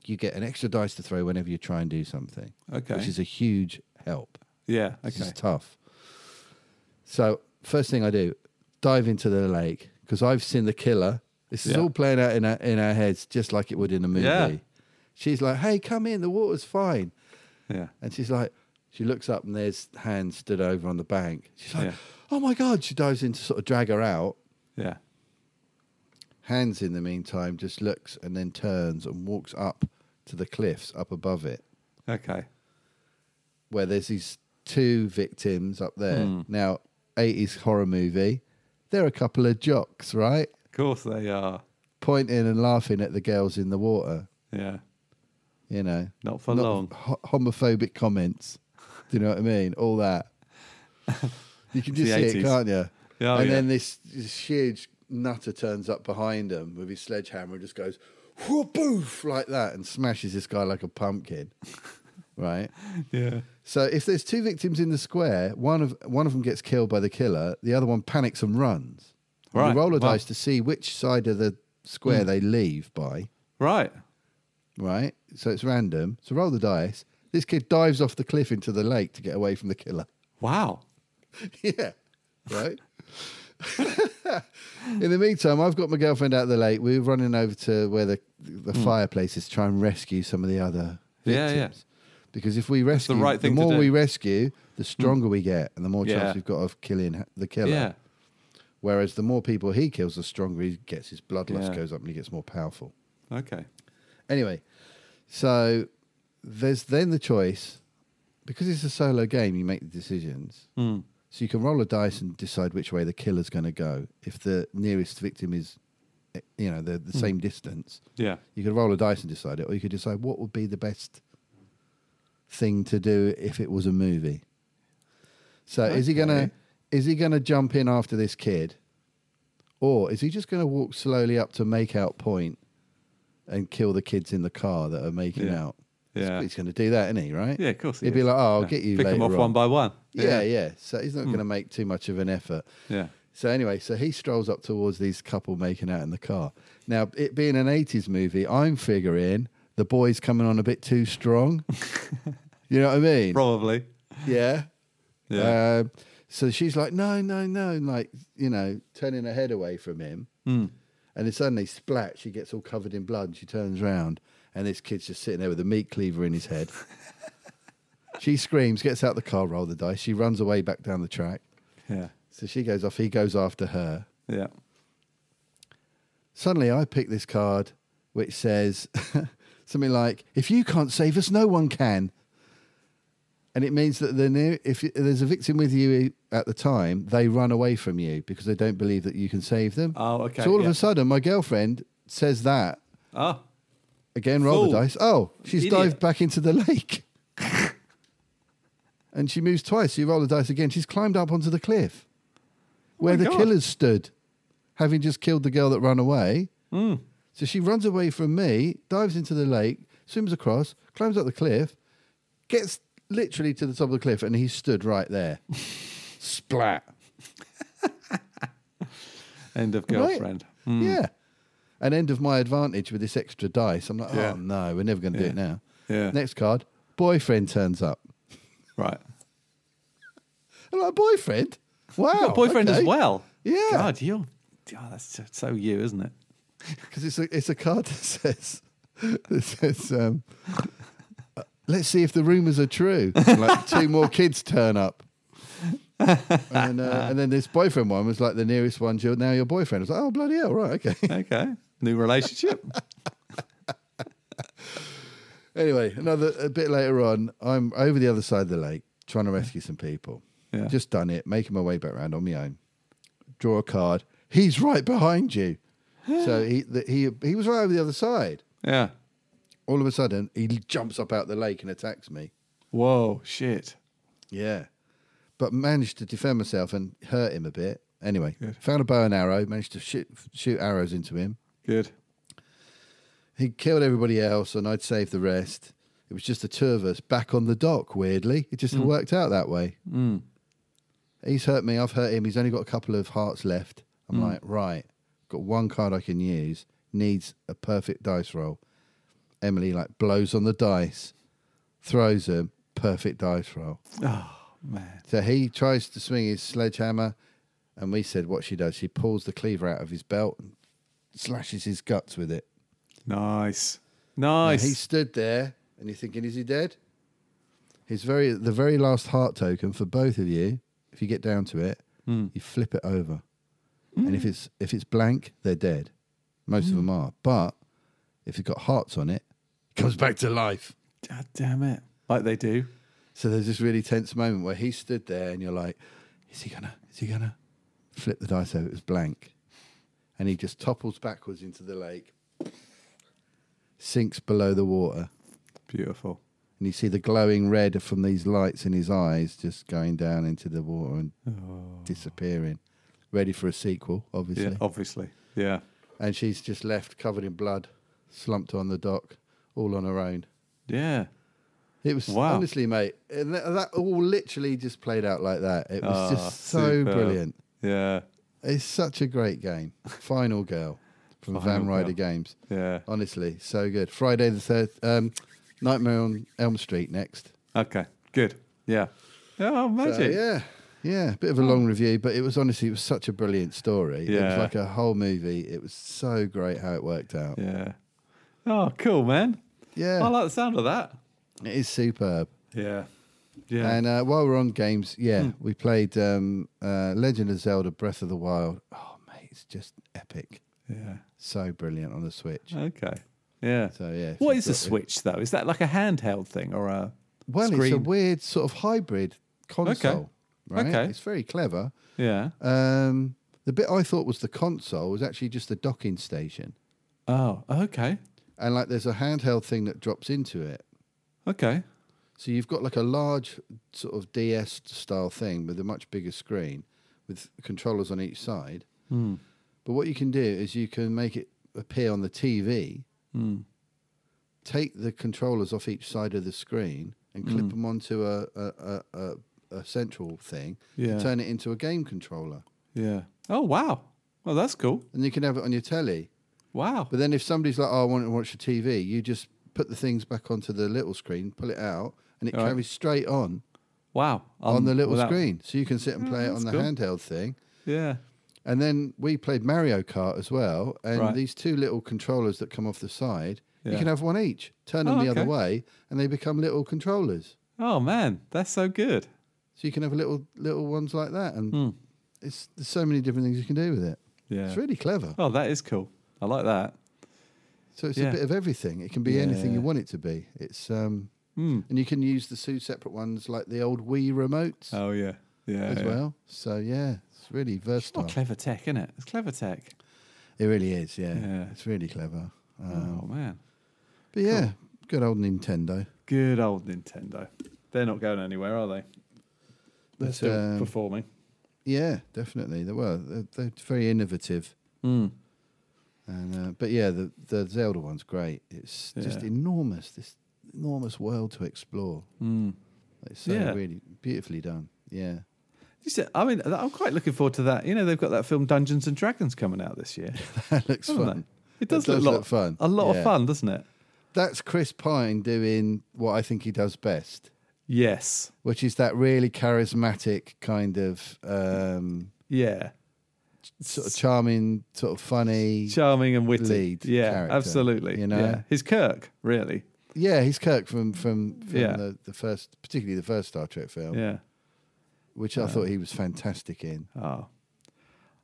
you get an extra dice to throw whenever you try and do something, Okay. which is a huge help. Yeah. This Okay. is tough. So first thing I do, dive into the lake because I've seen the killer. This is Yeah. all playing out in our, in our heads, just like it would in a movie. Yeah. She's like, "Hey, come in. The water's fine." Yeah. And she's like, she looks up and there's hand stood over on the bank. She's like, Yeah. "Oh my god!" She dives in to sort of drag her out. Yeah. Hands, in the meantime, just looks and then turns and walks up to the cliffs up above it. Okay. where there's these two victims up there. Now, 80s horror movie, they're a couple of jocks, right? Of course they are. Pointing and laughing at the girls in the water, Yeah. you know. Not for long. ho- homophobic comments. Do you know what I mean? All that. You can It's just the see 80s. it, can't you? Yeah, oh, and yeah. then this, this huge nutter turns up behind him with his sledgehammer and just goes, whoop, boof, like that, and smashes this guy like a pumpkin, right? Yeah. So if there's two victims in the square, one of one of them gets killed by the killer, the other one panics and runs. And Right, Hmm. You roll a wow. dice to see which side of the square they leave by. Right. Right, so it's random. So roll the dice. This kid dives off the cliff into the lake to get away from the killer. Wow. yeah, right. in the meantime, I've got my girlfriend out of the lake. We're running over to where the the fireplace is to try and rescue some of the other Hmm. Yeah, yeah. victims. Because if we rescue, the right thing to more we do. Hmm. rescue, the stronger we get, and the more chance Yeah. we've got of killing the killer. Yeah. Whereas the more people he kills, the stronger he gets. His bloodlust Yeah. goes up, and he gets more powerful. Okay. Anyway, so there's then the choice because it's a solo game, you make the decisions. So you can roll a dice and decide which way the killer's going to go. If the nearest victim is, eh, you know, the, the same distance, Yeah. you could roll a dice and decide it, or you could decide what would be the best thing to do if it was a movie. So is he gonna Okay. is he gonna jump in after this kid, or is he just gonna walk slowly up to make out point and kill the kids in the car that are making Yeah. out? Yeah. He's going to do that, isn't he? Right? Yeah, of course he He'd be is. like, "Oh, I'll Yeah. get you." Pick later them off on. one by one. Yeah, yeah. So he's not Hmm. going to make too much of an effort. Yeah. So anyway, so he strolls up towards these couple making out in the car. Now, it being an '80s movie, I'm figuring the boy's coming on a bit too strong. you know what I mean? Probably. Yeah. Yeah. Um, so she's like, no, no, no, and like you know, turning her head away from him, and then suddenly, splat! She gets all covered in blood. and She turns round, and this kid's just sitting there with a meat cleaver in his head. she screams, gets out the car, roll the dice. She runs away back down the track. yeah. So she goes off. He goes after her. Yeah. Suddenly, I pick this card, which says something like, "If you can't save us, no one can." And it means that the near, if y- there's a victim with you at the time, they run away from you because they don't believe that you can save them. Oh, okay, So all yeah. of a sudden, my girlfriend says that Oh, again. Roll Fool. the dice. Oh, she's Idiot. dived back into the lake, and she moves twice. So you roll the dice again. She's climbed up onto the cliff where Oh my the God. killers stood, having just killed the girl that ran away. Hmm. So she runs away from me, dives into the lake, swims across, climbs up the cliff, gets literally to the top of the cliff, and he stood right there. Splat. end of Right? girlfriend. Yeah. An end of my advantage with this extra dice. I'm like, Yeah. oh no, we're never going to Yeah. do it now. Yeah. Next card, boyfriend turns up. Right. I'm like, boyfriend? Wow. Got a boyfriend as okay." well. Yeah. God, you're. God, that's so- so you, isn't it? because it's a it's a card that says that says um, uh, let's see if the rumors are true. And, like two more kids turn up, and uh, and then this boyfriend one was like the nearest one. You're now your boyfriend. I was like, oh bloody hell, right, okay. Okay. New relationship. anyway, another a bit later on, I'm over the other side of the lake trying to rescue some people. Yeah. Just done it, making my way back round on my own. Draw a card. He's right behind you. so he the, he he was right over the other side. yeah. all of a sudden he jumps up out the lake and attacks me. Whoa, shit. Yeah. But managed to defend myself and hurt him a bit. Anyway, found a bow and arrow, managed to shoot, shoot arrows into him. Good. He killed everybody else and I'd saved the rest. It was just the two of us back on the dock, weirdly. It just worked out that way. He's hurt me, I've hurt him. He's only got a couple of hearts left. I'm like, right, got one card I can use, needs a perfect dice roll. Emily like blows on the dice, throws him, perfect dice roll. Man. So he tries to swing his sledgehammer, and we said what she does. She pulls the cleaver out of his belt and slashes his guts with it. Nice. And Nice. he stood there, and you're thinking, is he dead? His very the very last heart token for both of you. If you get down to it, you flip it over, and if it's if it's blank, they're dead. Most of them are, but if you've got hearts on it, it comes back to life. God damn it. Like they do. So there's this really tense moment where he stood there and you're like, is he gonna, is he gonna flip the dice over? It was blank. And he just topples backwards into the lake, sinks below the water. Beautiful. And you see the glowing red from these lights in his eyes just going down into the water and disappearing. Ready for a sequel, obviously. Oh. Yeah, obviously. Yeah. And she's just left covered in blood, slumped on the dock, all on her own. Yeah. It was Wow. honestly, mate, and that, that all literally just played out like that. It was Ah, just so superb. brilliant. Yeah. It's such a great game. Final Girl from Final Van Ryder Girl. Games. Yeah. Honestly, so good. Friday the third, um, Nightmare on Elm Street next. Okay. Good. Yeah. Oh, So, magic. yeah, yeah, bit of a long review, but it was honestly, it was such a brilliant story. It Oh. Yeah. was like a whole movie. It was so great how it worked out. Yeah. Oh, cool, man. Yeah, I like the sound of that. it is superb. Yeah. Yeah. Hmm. And uh, while we're on games, yeah, we played um, uh, Legend of Zelda: Breath of the Wild. Oh, mate, it's just epic. yeah. So brilliant on the Switch. Okay. Yeah. So yeah, if what you've is a got it- Switch though? Is that like a handheld thing or a Well, screen? it's a weird sort of hybrid console, right? Okay. It's very clever. yeah. Um, the bit I thought was the console was actually just the docking station, Oh, okay. and like there's a handheld thing that drops into it. Okay. So you've got like a large sort of DS style thing with a much bigger screen with controllers on each side. But what you can do is you can make it appear on the TV take the controllers off each side of the screen and clip them onto a a, a, a, a central thing Yeah. and turn it into a game controller. Yeah. Oh wow. Well, that's cool. And you can have it on your telly. Wow. But then if somebody's like, oh, I want to watch the TV, you just put the things back onto the little screen, pull it out, and it All right. carries straight on wow. on the little without- screen. So you can sit and play it Mm, that's on the cool. handheld thing. Yeah. And then we played Mario Kart as well. And Right. these two little controllers that come off the side, Yeah. you can have one each, turn them Oh, the other okay. way, and they become little controllers. Oh man, that's so good. So you can have little little ones like that. And it's there's so many different things you can do with it. Hmm. Yeah. It's really clever. Oh, that is cool. I like that. So it's Yeah. a bit of everything. It can be anything you Yeah. want it to be. It's um, Hmm. and you can use the two separate ones like the old Wii remotes Oh yeah. Yeah. as yeah. well. So yeah, it's really Oh, versatile. clever tech, isn't it? It's clever tech. It really is. Yeah, Yeah. it's really clever. Um, Oh man. but yeah, good old Nintendo. Good old Nintendo. They're not going anywhere, are they? They're But, still um, performing. Yeah, definitely. They were. They're, they're very innovative. Hmm. And uh, but yeah, the the Zelda one's great. It's just Yeah. enormous. This enormous world to explore. Hmm. It's so Yeah. really beautifully done. Yeah. You said, I mean, I'm quite looking forward to that. You know, they've got that film Dungeons and Dragons coming out this year. that looks haven't fun. they? It That does, look, lot, fun. A lot of Yeah. fun, doesn't it? That's Chris Pine doing what I think he does best, Yes. which is that really charismatic kind of um, Yeah. sort of charming, sort of funny. Charming and witty. lead yeah, character, absolutely. you know? Yeah. He's Kirk, really. yeah, he's Kirk from from, from Yeah. the, the first, particularly the first Star Trek film, Yeah. which I thought he was fantastic in. Oh.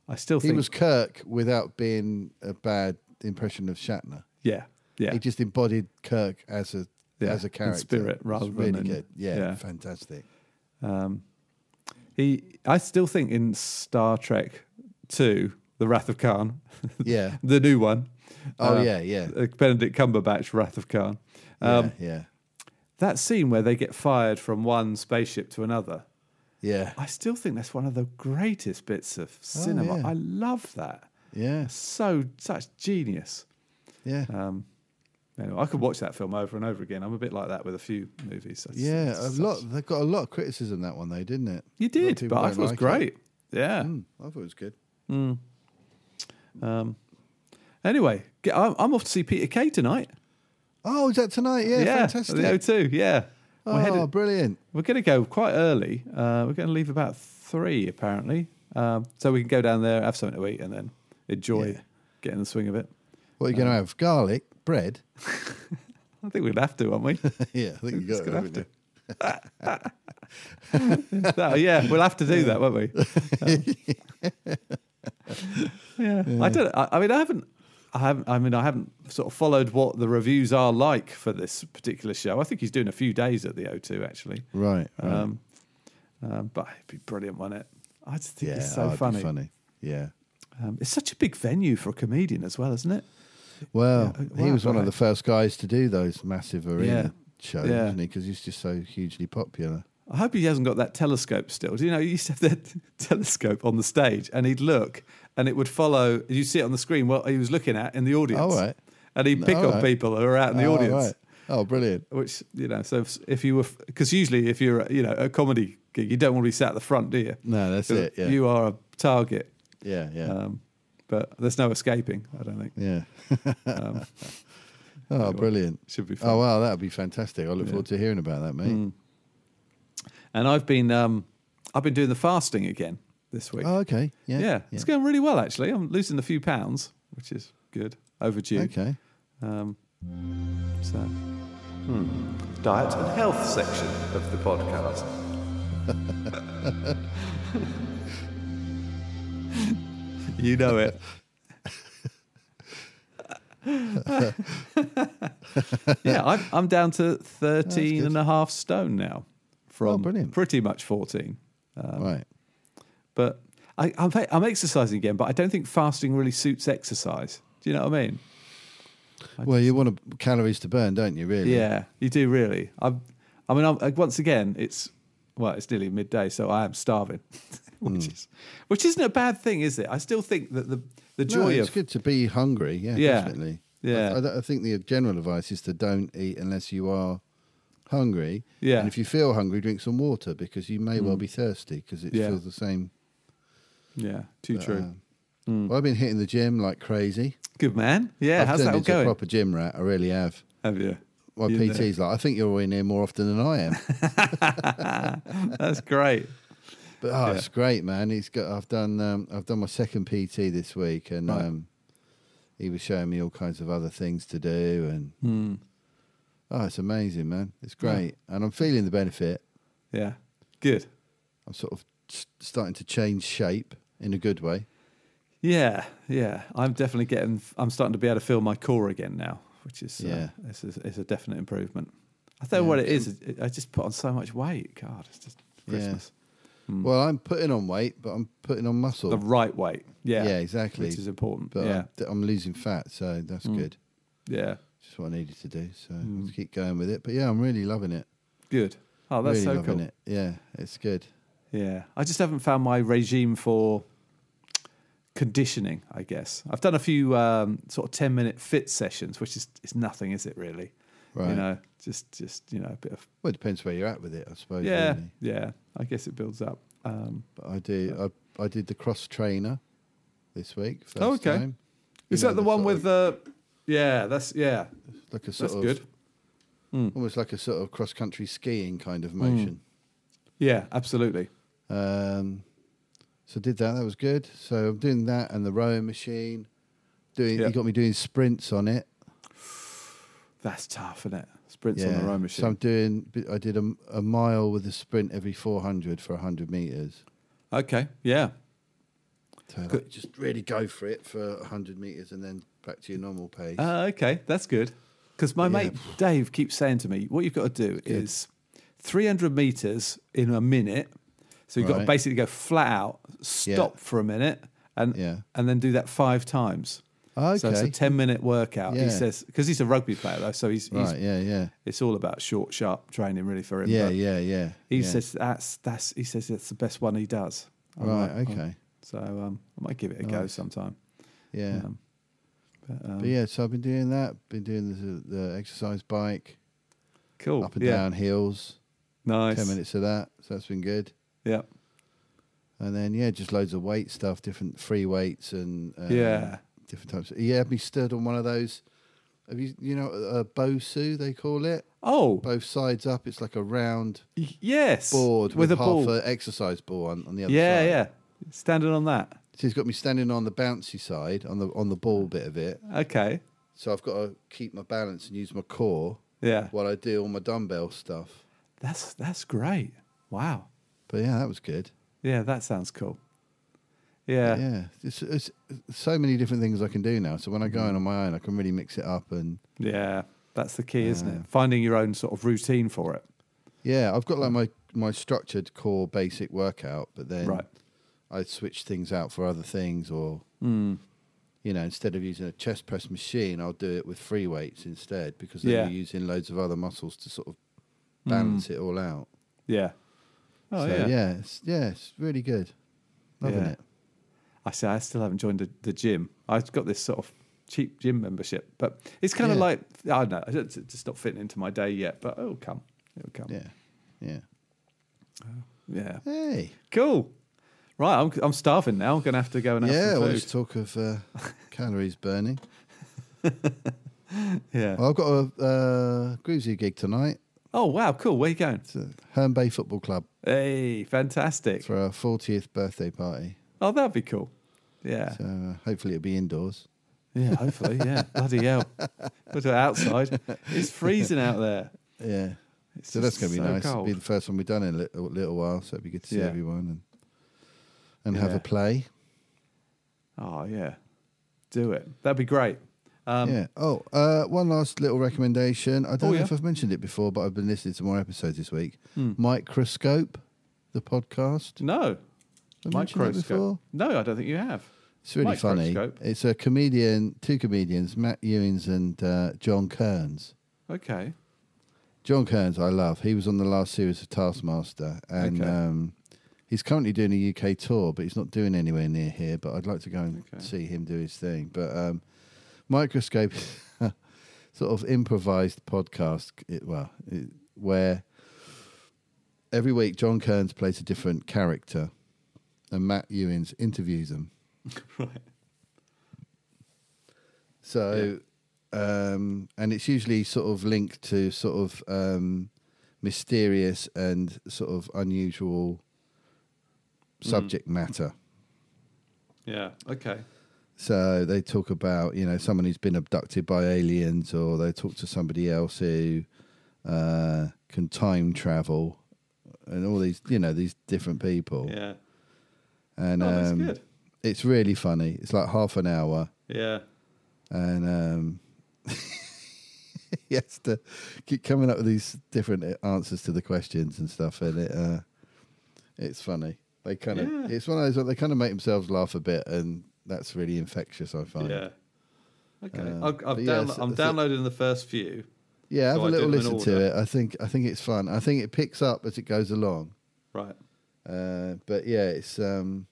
I still He think. was Kirk without being a bad impression of Shatner. yeah. Yeah. He just embodied Kirk as a Yeah, as a in character, spirit It's rather than really in- good. Yeah, yeah. fantastic. He, I still think in Star Trek 2, The Wrath of Khan, Yeah. the new one. Oh, yeah, yeah. uh, Benedict Cumberbatch, Wrath of Khan. Um, yeah, yeah, That scene where they get fired from one spaceship to another, yeah, I still think that's one of the greatest bits of cinema. Oh, yeah. I love that. yeah, So, such genius. Um, yeah. uh, Anyway, I could watch that film over and over again. I'm a bit like that with a few movies. That's- Yeah, a that's lot. such- They got a lot of criticism that one, though, didn't it? A You lot of did, people but I don't thought it was like great. Yeah. Mm, I thought it was good. Anyway, get- I'm I'm off to see Peter Kay tonight. Oh, is that tonight? Yeah, yeah, fantastic. The O2, yeah. oh, we're, headed, brilliant. we're going to go quite early. Uh, we're going to leave about three, apparently. Um, so we can go down there, have something to eat, and then enjoy Yeah. getting the swing of it. What are you going to have? Garlic bread? I think we'd have to, won't we? yeah, I think you got Just it. gonna have haven't you? That- yeah, we'll have to do that, won't we? Um, yeah. I don't. I, I mean, I haven't. I haven't. I mean, I haven't sort of followed what the reviews are like for this particular show. I think he's doing a few days at the O2 actually, Right. right. um, um, but it'd be brilliant, wouldn't it? I just think yeah, it's so oh, it'd be funny. funny. Yeah. Um, it's such a big venue for a comedian as well, isn't it? Well, Yeah, he wow, was one right. of the first guys to do those massive arena shows, Yeah. wasn't he? Because he's just so hugely popular. I hope he hasn't got that telescope still. Do you know he used to have that telescope on the stage, and he'd look, and it would follow. You see it on the screen what he was looking at in the audience. All right. and he'd pick All up right. people who are out in the Oh, audience. right. Oh, brilliant. Which you know, so if, if you were, because usually if you're you know at a comedy gig, you don't want to be sat at the front, do you? No, that's 'Cause it, yeah. You are a target, Yeah, yeah. um, but there's no escaping. I don't think. yeah. um, oh, brilliant. should be Oh, fun. wow, that'd be fantastic. I look forward to hearing about that, mate. Mm. And I've been um, I've been doing the fasting again this week. Oh, okay. Yeah. yeah, it's going really well actually. I'm losing a few pounds, which is good. Overdue. Okay. Um, so, hmm. diet and health section of the podcast. you know it. yeah, I'm, I'm down to 13 good. and a half stone now Oh, from brilliant. pretty much 14. Um, right. But I, I'm, I'm exercising again, but I don't think fasting really suits exercise. Do you know what I mean? Well, you want to, calories to burn, don't you? Really? Yeah, you do really. I, I mean, I'm, uh, once again, it's well, it's nearly midday, so I am starving, which Hmm. is which isn't a bad thing, is it? I still think that the the No, joy it's of good to be hungry. Yeah, yeah, definitely. Yeah. I, I think the general advice is to don't eat unless you are hungry. Yeah. Mm. And if you feel hungry, drink some water because you may well be thirsty because it Yeah. feels the same. Yeah, too but, true. um, well, I've been hitting the gym like crazy. Good man. Mm. Yeah, I've how's turned that all into a going? proper gym rat. I really have. Have you? My You know. PT's like, I think you're in here more often than I am. That's great. But oh, it's great, man. He's got. I've done. Um, I've done my second PT this week, and Right. um, he was showing me all kinds of other things to do, and Hmm. oh, it's amazing, man. It's great, and I'm feeling the benefit. Yeah. Good. I'm sort of s- starting to change shape in a good way. Yeah, yeah. I'm definitely getting. I'm starting to be able to feel my core again now, which is Yeah. Um, yeah. Uh, it's, a, it's a definite improvement. I don't know what it is. it- I just put on so much weight. God, it's just Yeah. Christmas. Well, I'm putting on weight, but I'm putting on muscle. Hmm. The right weight. Yeah. Yeah, exactly. Which is important. but yeah. Hmm. I'm, d- I'm losing fat, so that's good. yeah. Just what I needed to do. So Hmm. I'll keep going with it. But yeah, I'm really loving it. Good. Oh, that's really so loving cool. it. Yeah, it's good. Yeah. I just haven't found my regime for conditioning, I guess. I've done a few um, sort of 10 minute fit sessions, which is it's nothing, is it really? Right. You know, just, just, you know, a bit of, Well, it depends where you're at with it, I suppose. yeah, really. yeah. I guess it builds up. Um, But I do. I I did the cross trainer this week. First Oh, okay. Time. is You know, that the one sort with the, yeah, that's, yeah, of- like a sort that's of good. almost like a sort of cross country skiing kind of motion? Yeah, absolutely. Um, so did that. That was good. So I'm doing that and the rowing machine. Doing Yeah. he got me doing sprints on it. That's tough, isn't it? Sprints on the row machine. So I'm doing. I did a, a mile with a sprint every 400 for 100 meters. okay. Yeah. So like, just really go for it for 100 meters and then back to your normal pace. Uh, okay, that's good. Because my mate Dave keeps saying to me, what you've got to do is 300 meters in a minute. So you've got to Right. basically go flat out, stop for a minute, and Yeah. and then do that five times. So it's a Okay. 10 minute workout. Yeah. He says, because he's a rugby player though, so he's, right. he's yeah. Yeah. it's all about short, sharp training really for him. Yeah. but Yeah. Yeah. He yeah. says that's that's he says that's the best one he does. I'm Right. like, "Oh." okay. So um, I might give it a go sometime. Yeah. Um, but, um, but yeah, so I've been doing that. Been doing the, the exercise bike cool. up and yeah. down hills. Nice. Ten minutes of that. So that's been good. Yeah. And then yeah, just loads of weight stuff, different free weights and uh, Yeah. different types. Of, yeah, we stood on one of those. Have you you know a bosu they call it? Oh, Both sides up. It's like a round y- yes. board with, with, a half ball. an exercise ball on, on the other yeah, side. yeah. Standing on that. So he's got me standing on the bouncy side on the on the ball bit of it. Okay. So I've got to keep my balance and use my core Yeah. while I do all my dumbbell stuff. That's that's great. Wow. But yeah, that was good. Yeah, that sounds cool. Yeah. Yeah. Yeah, it's, it's so many different things I can do now. So when I Mm-hmm. go in on my own, I can really mix it up. And That's the key, isn't it? Finding your own sort of routine for it. yeah, I've got like my my structured core basic workout, but then Right. I switch things out for other things, or Mm. you know, instead of using a chest press machine, I'll do it with free weights instead because then Yeah. you're using loads of other muscles to sort of balance it all out. Yeah. Oh so yeah. yeah. it's, yeah, it's really good. Loving Yeah. it. I say I still haven't joined the, the gym. I've got this sort of cheap gym membership, but it's kind of Yeah. like I don't know. It's it's just not fitting into my day yet, but it'll come. It'll come. Yeah, yeah. Yeah. Hey. Cool. Right, I'm I'm starving now. I'm gonna have to go and have Yeah, some all food. this talk of uh, calories burning. Yeah. Well, I've got a uh, Groovy gig tonight. Oh wow, cool. Where you going? It's at Herne Bay Football Club Hey, fantastic. for our 40th birthday party. Oh, that'd be cool. Yeah. So uh, hopefully it'll be indoors. Yeah, hopefully. Yeah. Bloody hell. Put it outside. It's freezing out there. Yeah. It's So that's just going to be so nice. It'll be cold. the first one we've done in a little, little while, so it'll be good to see Yeah. everyone and and have Yeah. a play. Oh yeah. Do it. That'd be great. Um yeah. Oh, uh, one last little recommendation. I don't Oh, know yeah. if Hmm. I've mentioned it before, but I've been listening to more episodes this week. Microscope, the podcast. no. Have I mentioned it before? No, I don't think you have. It's really funny. Microscope. It's a comedian, two comedians, Matt Ewings and uh, John Kearns. Okay. John Kearns, I love. He was on the last series of Taskmaster, and Okay. um, he's currently doing a UK tour, but he's not doing anywhere near here. But I'd like to go and Okay. see him do his thing. But um, Microscope is a sort of improvised podcast. It, well, it, where every week John Kearns plays a different character, and Matt Ewins interviews them. right. So, um, and it's usually sort of linked to sort of um, mysterious and sort of unusual Mm. subject matter. Yeah. Okay. So they talk about you know someone who's been abducted by aliens, or they talk to somebody else who uh, can time travel, and all these you know these different people. Yeah. And Oh, that's um, good. it's really funny. It's like half an hour, Yeah. and um, he has to keep coming up with these different uh, answers to the questions and stuff, and it uh, it's funny. They kind of Yeah. it's one of those they kind of make themselves laugh a bit, and that's really infectious. I find. Yeah. Okay. Um, I've, I've but yeah, downlo- so- I'm so- downloading the first few. Yeah, have So a I did little them in listen to order. it. I think I think it's fun. I think it picks up as it goes along. Right. Uh, but yeah, it's um,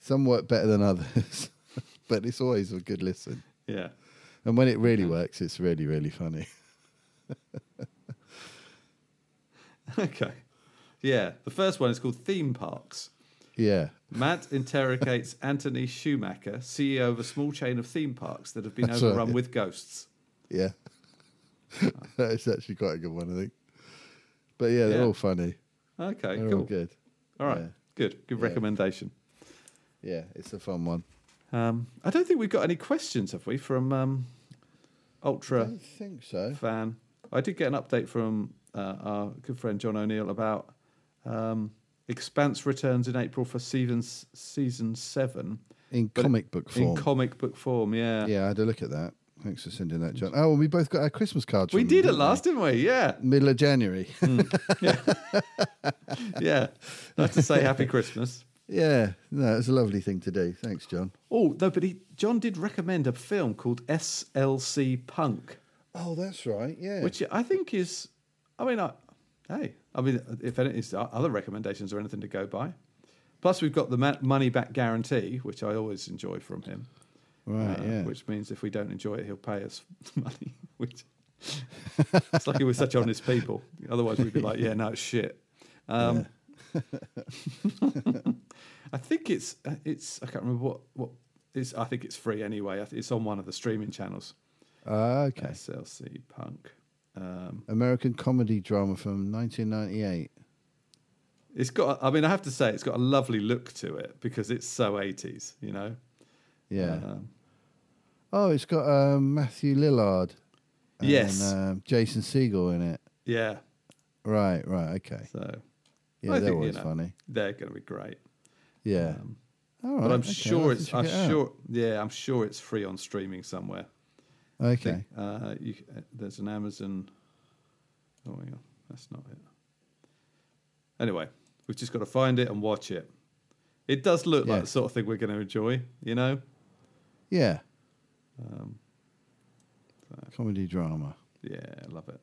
some work better than others, but it's always a good listen. Yeah. And when it really works, it's really really funny. Okay. Yeah. The first one is called Theme Parks. yeah, Matt interrogates Anthony Schumacher, CEO of a small chain of theme parks that have been That's right, overrun yeah. with ghosts. yeah, it's actually quite a good one, I think. But yeah, they're Yeah. all funny. Okay, They're all cool. good. All right, Yeah. good. Good Yeah. recommendation. Yeah, it's a fun one. Um, I don't think we've got any questions, have we, from um, I Ultra don't think so. Fan? I did get an update from uh, our good friend John O'Neill about um, Expanse returns in April for season, season seven In But it- comic book form. in comic book form. Yeah. yeah, I had a look at that. Thanks for sending that, John. Oh, and we both got our Christmas cards. We from them, did it didn't we? last, didn't we? Yeah. middle of January. Yeah. Not to say Happy Christmas. Yeah, no, it's a lovely thing to do. Thanks, John. Oh no, but he John did recommend a film called SLC Punk, Oh, that's right. Yeah, which I think is, I mean, I, hey, I mean, if any is other recommendations or anything to go by. Plus, we've got the ma- money back guarantee, which I always enjoy from him. right. uh, yeah, Which means if we don't enjoy it, he'll pay us money. Which it's lucky we're such honest people. Otherwise, we'd be like, yeah, no, it's shit. Um, I think it's uh, it's I can't remember what what it's. I think it's free anyway. I th- it's on one of the streaming channels. Ah, okay. SLC Punk. Um, American comedy drama from 1998. it's got. I mean, I have to say, it's got a lovely look to it because it's so eighties. You know. Yeah. Um, oh, it's got um, Matthew Lillard. And, Yes. um, Jason Segel in it. yeah. Right. Right. Okay. So Yeah, they're I think, you always know. funny. they're going to be great. Yeah. All right. but I'm Oh, okay, I'll sure have it's to I'm check it out. sure yeah I'm sure it's free on streaming somewhere. I Okay. think, uh, you, uh, there's an Amazon. Oh, hang on, that's not it. Anyway, we've just got to find it and watch it. It does look Yeah. like the sort of thing we're going to enjoy, you know. Yeah. um, comedy drama. Yeah, I love it.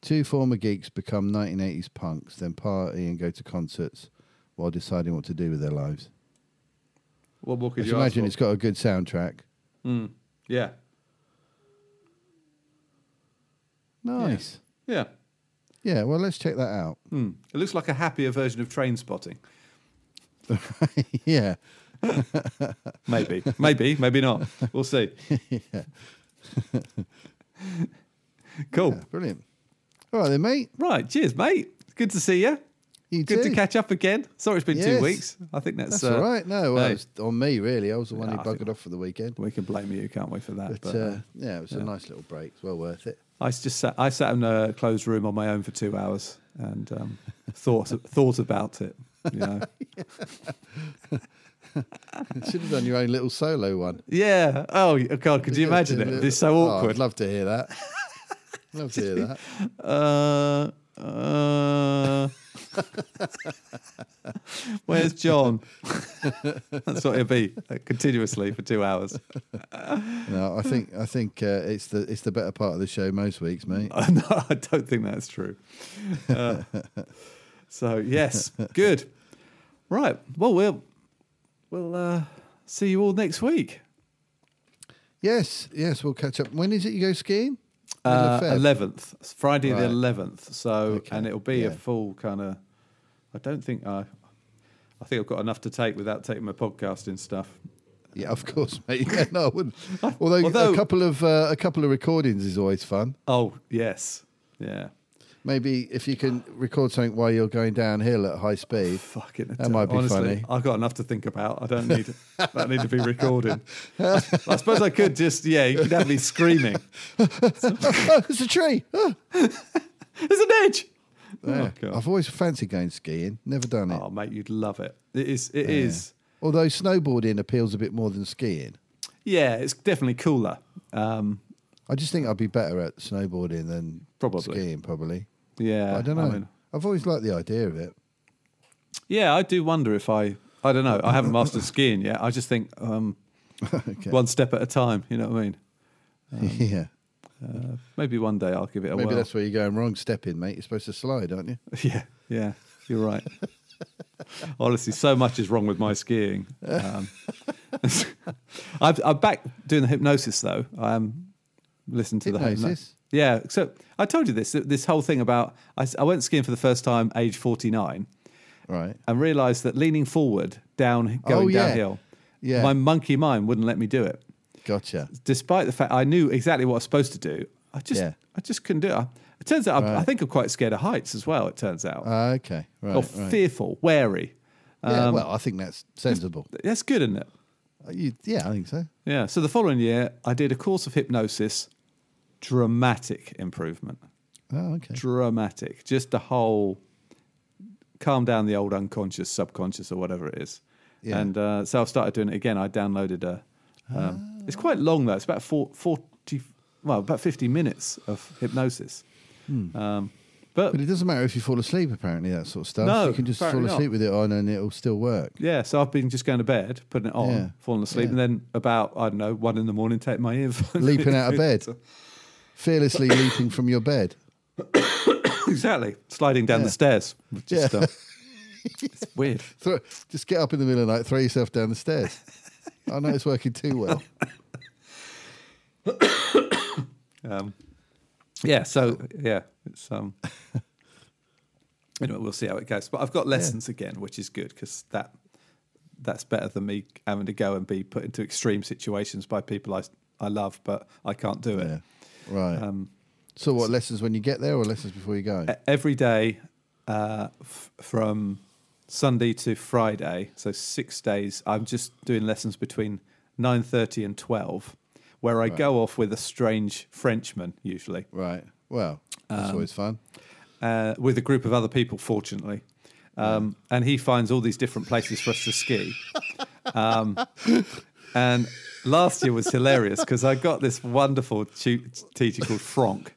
Two former geeks become 1980s punks, then party and go to concerts while deciding what to do with their lives. What more could I should you ask imagine for? it's got a good soundtrack. Mm, yeah, Nice. yeah. Yeah. well, let's check that out. Hmm. It looks like a happier version of Train Spotting. yeah. Maybe, maybe, maybe not. We'll see. cool. Brilliant. All right then, mate. Right, cheers, mate. Good to see you. You Good too. to catch up again. Sorry it's been Yes. two weeks. I think that's, That's uh, all right. No, well, no. it's on me really. I was the one No, who I think- buggered off for the weekend. We can blame you, can't we, for that? But, But, uh, yeah, it was a nice little break. It's well worth it. I s- just sat, I sat in a closed room on my own for two hours and um, thought thought about it. You know, You should have done your own little solo one. yeah. Oh God, could you Just imagine a it? little- It's so Oh, awkward. I'd love to hear that. love to hear that. uh, uh, where's John? That's what it'd be uh, continuously for two hours. No, I think I think uh, it's the it's the better part of the show most weeks, mate. no, I don't think that's true. Uh, so yes, good. Right. Well, we'll we'll uh, see you all next week. Yes, yes, we'll catch up. When is it you go skiing? Middle Uh, of Feb? 11th, It's Friday the Right. 11th. So, and it'll be a yeah. full kind of. I don't think I. I think I've got enough to take without taking my podcasting stuff. Yeah, of course, mate. Yeah, no, I wouldn't. Although, Although- a couple of uh, a couple of recordings is always fun. Oh yes, yeah. Maybe if you can record something while you're going downhill at high speed. Fucking. That might be honestly, funny. I've got enough to think about. I don't need. I don't need to be recording. I suppose I could just. Yeah, you could have me screaming. oh, it's a tree. Oh, There's an edge. there. Oh, God. I've always fancied going skiing. Never done it. Oh, mate, you'd love it. It is. It is. Yeah. Although snowboarding appeals a bit more than skiing. Yeah, it's definitely cooler. Um, I just think I'd be better at snowboarding than Probably. skiing. Probably. yeah. I don't know. I mean, have always liked the idea of it. yeah, I do wonder if I. I don't know. I haven't mastered skiing yet. I just think um, okay. one step at a time. You know what I mean? Um, yeah. Maybe one day I'll give it a Maybe whirl. that's where you're going wrong. Stepping, mate. You're supposed to slide, aren't you? Yeah, yeah, you're right. Honestly, so much is wrong with my skiing. Um, I'm, I'm back doing the hypnosis though. I am listening to the hypnosis. Hypnosis? Yeah, so I told you this this whole thing about I, s- I went skiing for the first time age 49 Right. and realised that leaning forward down going Oh, yeah. downhill, Yeah. my monkey mind wouldn't let me do it Gotcha. despite the fact I knew exactly what I was supposed to do, I just Yeah. I just couldn't do it. I- It turns out I, I Right. think I'm quite scared of heights as well. It turns out, Ah, okay. Right. or right. fearful, wary. Yeah, um, well, I think that's sensible. That's good, isn't it? Uh, You, yeah, I think so. Yeah. So the following year, I did a course of hypnosis. Dramatic improvement. Oh, okay. Dramatic. Just the whole calm down the old unconscious, subconscious, or whatever it is. Yeah. And uh, so I started doing it again. I downloaded a. Ah. Um, It's quite long though. It's about four, 40, well, about fifty minutes of hypnosis. Hmm. Um, but But it doesn't matter if you fall asleep. Apparently, that sort of stuff. No, you can just fall apparently not. asleep with it on, and it'll still work. yeah, so I've been just going to bed, putting it on, Yeah. falling asleep, Yeah. and then about I don't know one in the morning, take my earphones, Leaping out of bed, fearlessly leaping from your bed. exactly, sliding down Yeah. the stairs. Which is, Yeah. uh, it's weird. Throw, just get up in the middle of the night, throw yourself down the stairs. I know it's working too well. Yeah, so yeah, it's um. anyway, we'll see how it goes. But I've got lessons again, which is good because that that's better than me having to go and be put into extreme situations by people I I love, but I can't do it. Yeah, right. Um, so, what lessons when you get there, or lessons before you go? E- Every day, uh, f- from Sunday to Friday, so six days, I'm just doing lessons between nine thirty and twelve, where I go off with a strange Frenchman usually. Right. Well, that's um, always fun. uh, with a group of other people, fortunately. Um, and he finds all these different places for us to ski. Um, and last year was hilarious because I got this wonderful tu- teacher called Franck,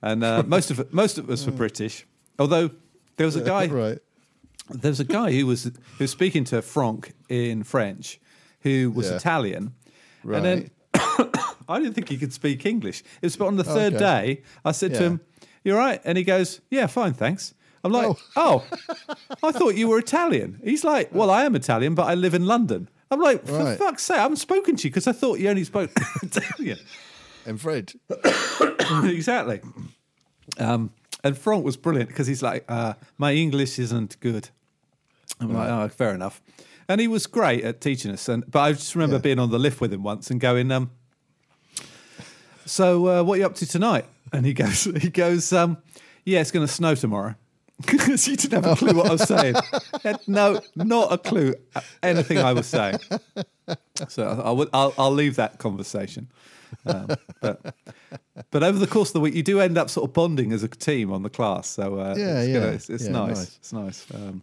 and uh, most of most of us were British. Although there was a guy, right. there was a guy who was who was speaking to Franck in French, who was Yeah. Italian, and then Right. I didn't think he could speak English. It was but on the third Okay. day, I said to Yeah. him, "You're right," and he goes, "Yeah, fine, thanks." I'm like, "Oh, I thought you were Italian." He's like, "Well, I am Italian, but I live in London." I'm like, "For Right. fuck's sake, I haven't spoken to you because I thought you only spoke Italian." And Fred. exactly. Um, and Frank was brilliant because he's like, uh, "My English isn't good." I'm like, "Oh, fair enough." And he was great at teaching us. And but I just remember Yeah. being on the lift with him once and going, um, "So uh, what are you up to tonight?" And he goes, "He goes, um, yeah, it's going to snow tomorrow." Because he didn't have a clue what I was saying. Had no, not a clue at anything I was saying. So I, I would, I'll, I'll leave that conversation. Um, but but over the course of the week, you do end up sort of bonding as a team on the class. So uh, Yeah, it's, yeah. gonna- it's, it's Yeah, nice. nice. It's nice. Um,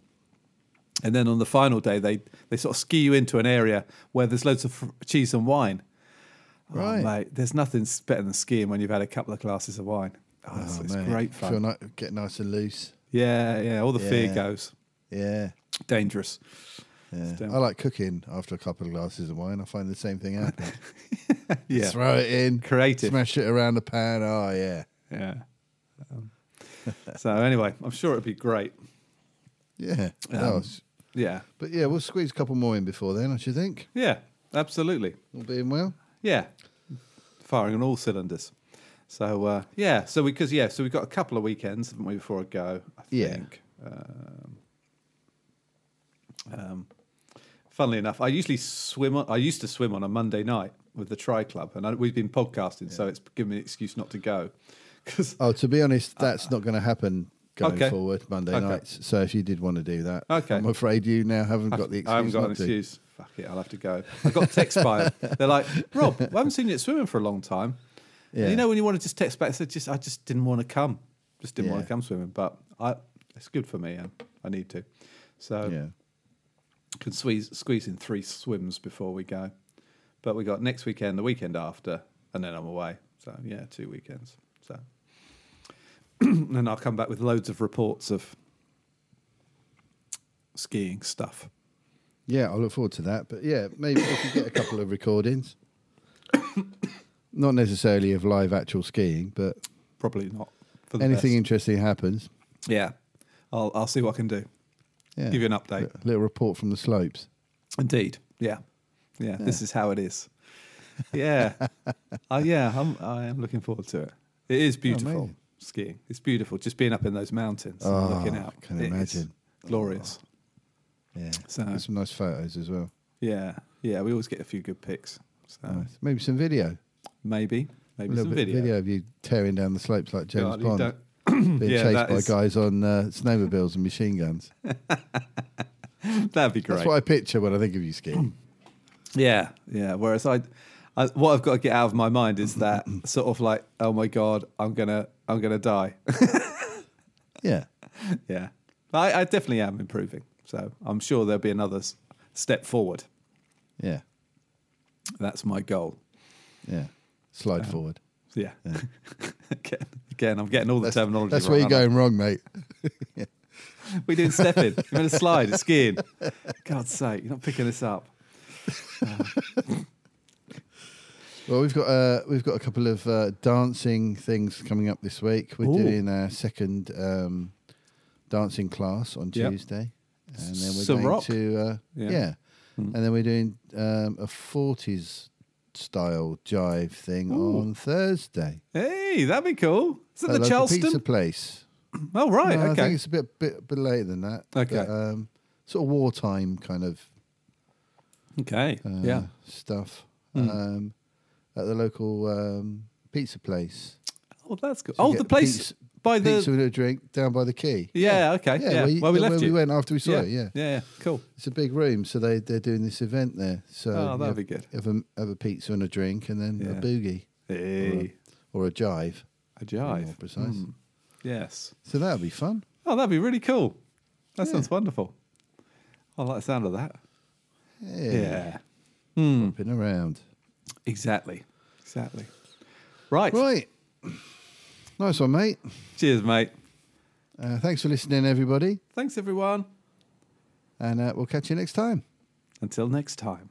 and then on the final day, they they sort of ski you into an area where there's loads of fr- cheese and wine. Right. Oh, mate, there's nothing s- better than skiing when you've had a couple of glasses of wine. Oh, it's, it's mate. great Feel fun. ni- get nice and loose. Yeah, yeah. All the fear Yeah. goes. Yeah. Dangerous. Yeah. Stem. I like cooking after a couple of glasses of wine. I find the same thing happens. Yeah. Throw it in, Creative. smash it around the pan. Oh yeah, Yeah. Um, so anyway, I'm sure it'd be great. yeah. Um, No, it's- Yeah. but yeah, we'll squeeze a couple more in before then. I should think. Yeah. Absolutely. All being well. Yeah. firing on all cylinders. So uh, yeah, so because yeah, so we've got a couple of weekends, haven't we, before I go? I Yeah. think. Um, um, funnily enough, I usually swim. On, I used to swim on a Monday night with the Tri Club, and I, we've been podcasting, so it's given me an excuse not to go. 'Cause- Oh, to be honest, that's not going to happen going Uh, Okay. forward Monday Okay. nights. So if you did want to do that, Okay. I'm afraid you now haven't got the excuse. I haven't got not an to. excuse. Fuck it, I'll have to go. I got text by them. They're like, Rob, I haven't seen you at swimming for a long time. And Yeah. you know when you want to just text back, I said, just I just didn't want to come, just didn't want Yeah. to come swimming. But I, it's good for me, and I need to. So Yeah. can squeeze squeeze in three swims before we go. But we got next weekend, the weekend after, and then I'm away. So yeah, two weekends. So and then I'll come back with loads of reports of skiing stuff. Yeah, I look forward to that. But yeah, maybe if you get a couple of recordings, not necessarily of live actual skiing, but Probably not. For the anything best. interesting happens. Yeah, I'll I'll see what I can do. Yeah. Give you an update. A little report from the slopes. Indeed. Yeah. yeah. This is how it is. Yeah. uh, yeah. I'm, I am looking forward to it. It is beautiful Oh, amazing. skiing. It's beautiful just being up in those mountains and looking Oh, out. I can It is imagine. Glorious. Yeah. So- There's some nice photos as well. Yeah. Yeah. We always get a few good pics. So Nice. Maybe some video. maybe, A maybe little some bit video. video of you tearing down the slopes like James God, you Bond, don't- being Yeah, chased that by is- guys on uh, snowmobiles and machine guns. That'd be That's great. what I picture when I think of you skiing. Yeah, yeah. Whereas I, I, what I've got to get out of my mind is that sort of like, oh my god, I'm gonna, I'm gonna die. yeah. yeah, I, I definitely am improving. So I'm sure there'll be another s- step forward. Yeah. That's my goal. Yeah. Slide Um, forward. So, yeah. again, again, I'm getting all the That's, terminology. that's wrong, where you're aren't going wrong, mate. I? We didn't step in. You're in a slide. It's skiing. God's sake, you're not picking this up. Well, we've got uh, we've got a couple of uh, dancing things coming up this week. We're Ooh. doing our second um, dancing class on Yep. Tuesday, and then we're Some going rock. to uh, Yeah. Hmm. yeah, and then we're doing um, a forties style jive thing on Thursday Hey, that'd be cool. Is it at the local pizza Charleston? place. Oh right, No, I okay. think it's a bit bit, bit later than that. Okay. but, um, sort of wartime kind of Okay. uh, yeah. Hmm. stuff um, at the local um, pizza place. Oh, that's good. you oh, get the place pizza- by the pizza and a drink down by the quay. Yeah, okay. Yeah, Yeah, where, you- Well, we where left we you. went after we saw yeah. it. Yeah. yeah, yeah. cool. it's a big room, so they they're doing this event there. So Oh, that'd you have, be good. Have a, have a pizza and a drink, and then Yeah. a boogie Hey, or a jive. to a be jive. Hmm. More precise. Yes. So that'll be fun. Oh, that'd be really cool. That sounds wonderful. I like the sound of that. Yeah, Yeah. hopping around. Exactly. Exactly. Right. Right, nice one, mate. Cheers, mate. Uh, thanks for listening, everybody, Thanks, everyone. and uh, we'll catch you next time. Until next time.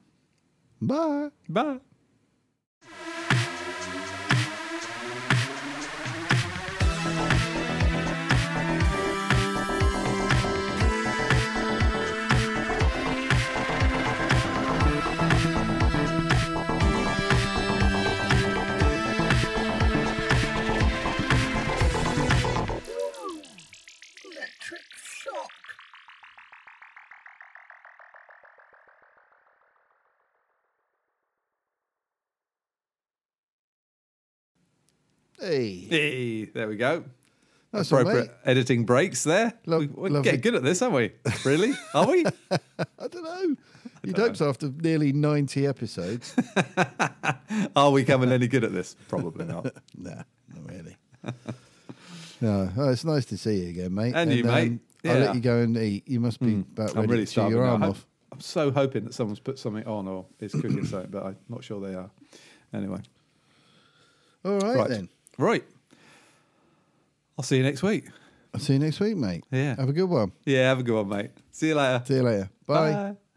Bye. Bye. Electric shock. Hey, Hey, there we go. nice one, Appropriate mate. editing breaks there. Lo- we we lovely. get good at this, aren't we? Really? Are we? I don't know. You'd hope so after nearly ninety episodes. Are we coming any good at this? Probably not. Nah, not really. no, oh, it's nice to see you again, mate. um, And you, mate. I'll Yeah. Hmm. let you go and eat. You must be about I'm ready really to chew starving. your now. arm I hope- off. I'm so hoping that someone's put something on or is cooking something, but I'm not sure they are. Anyway, All right, right then. right. I'll see you next week. I'll see you next week, mate. Yeah. Have a good one. Yeah, have a good one, mate. See you later. See you later. Bye. Bye.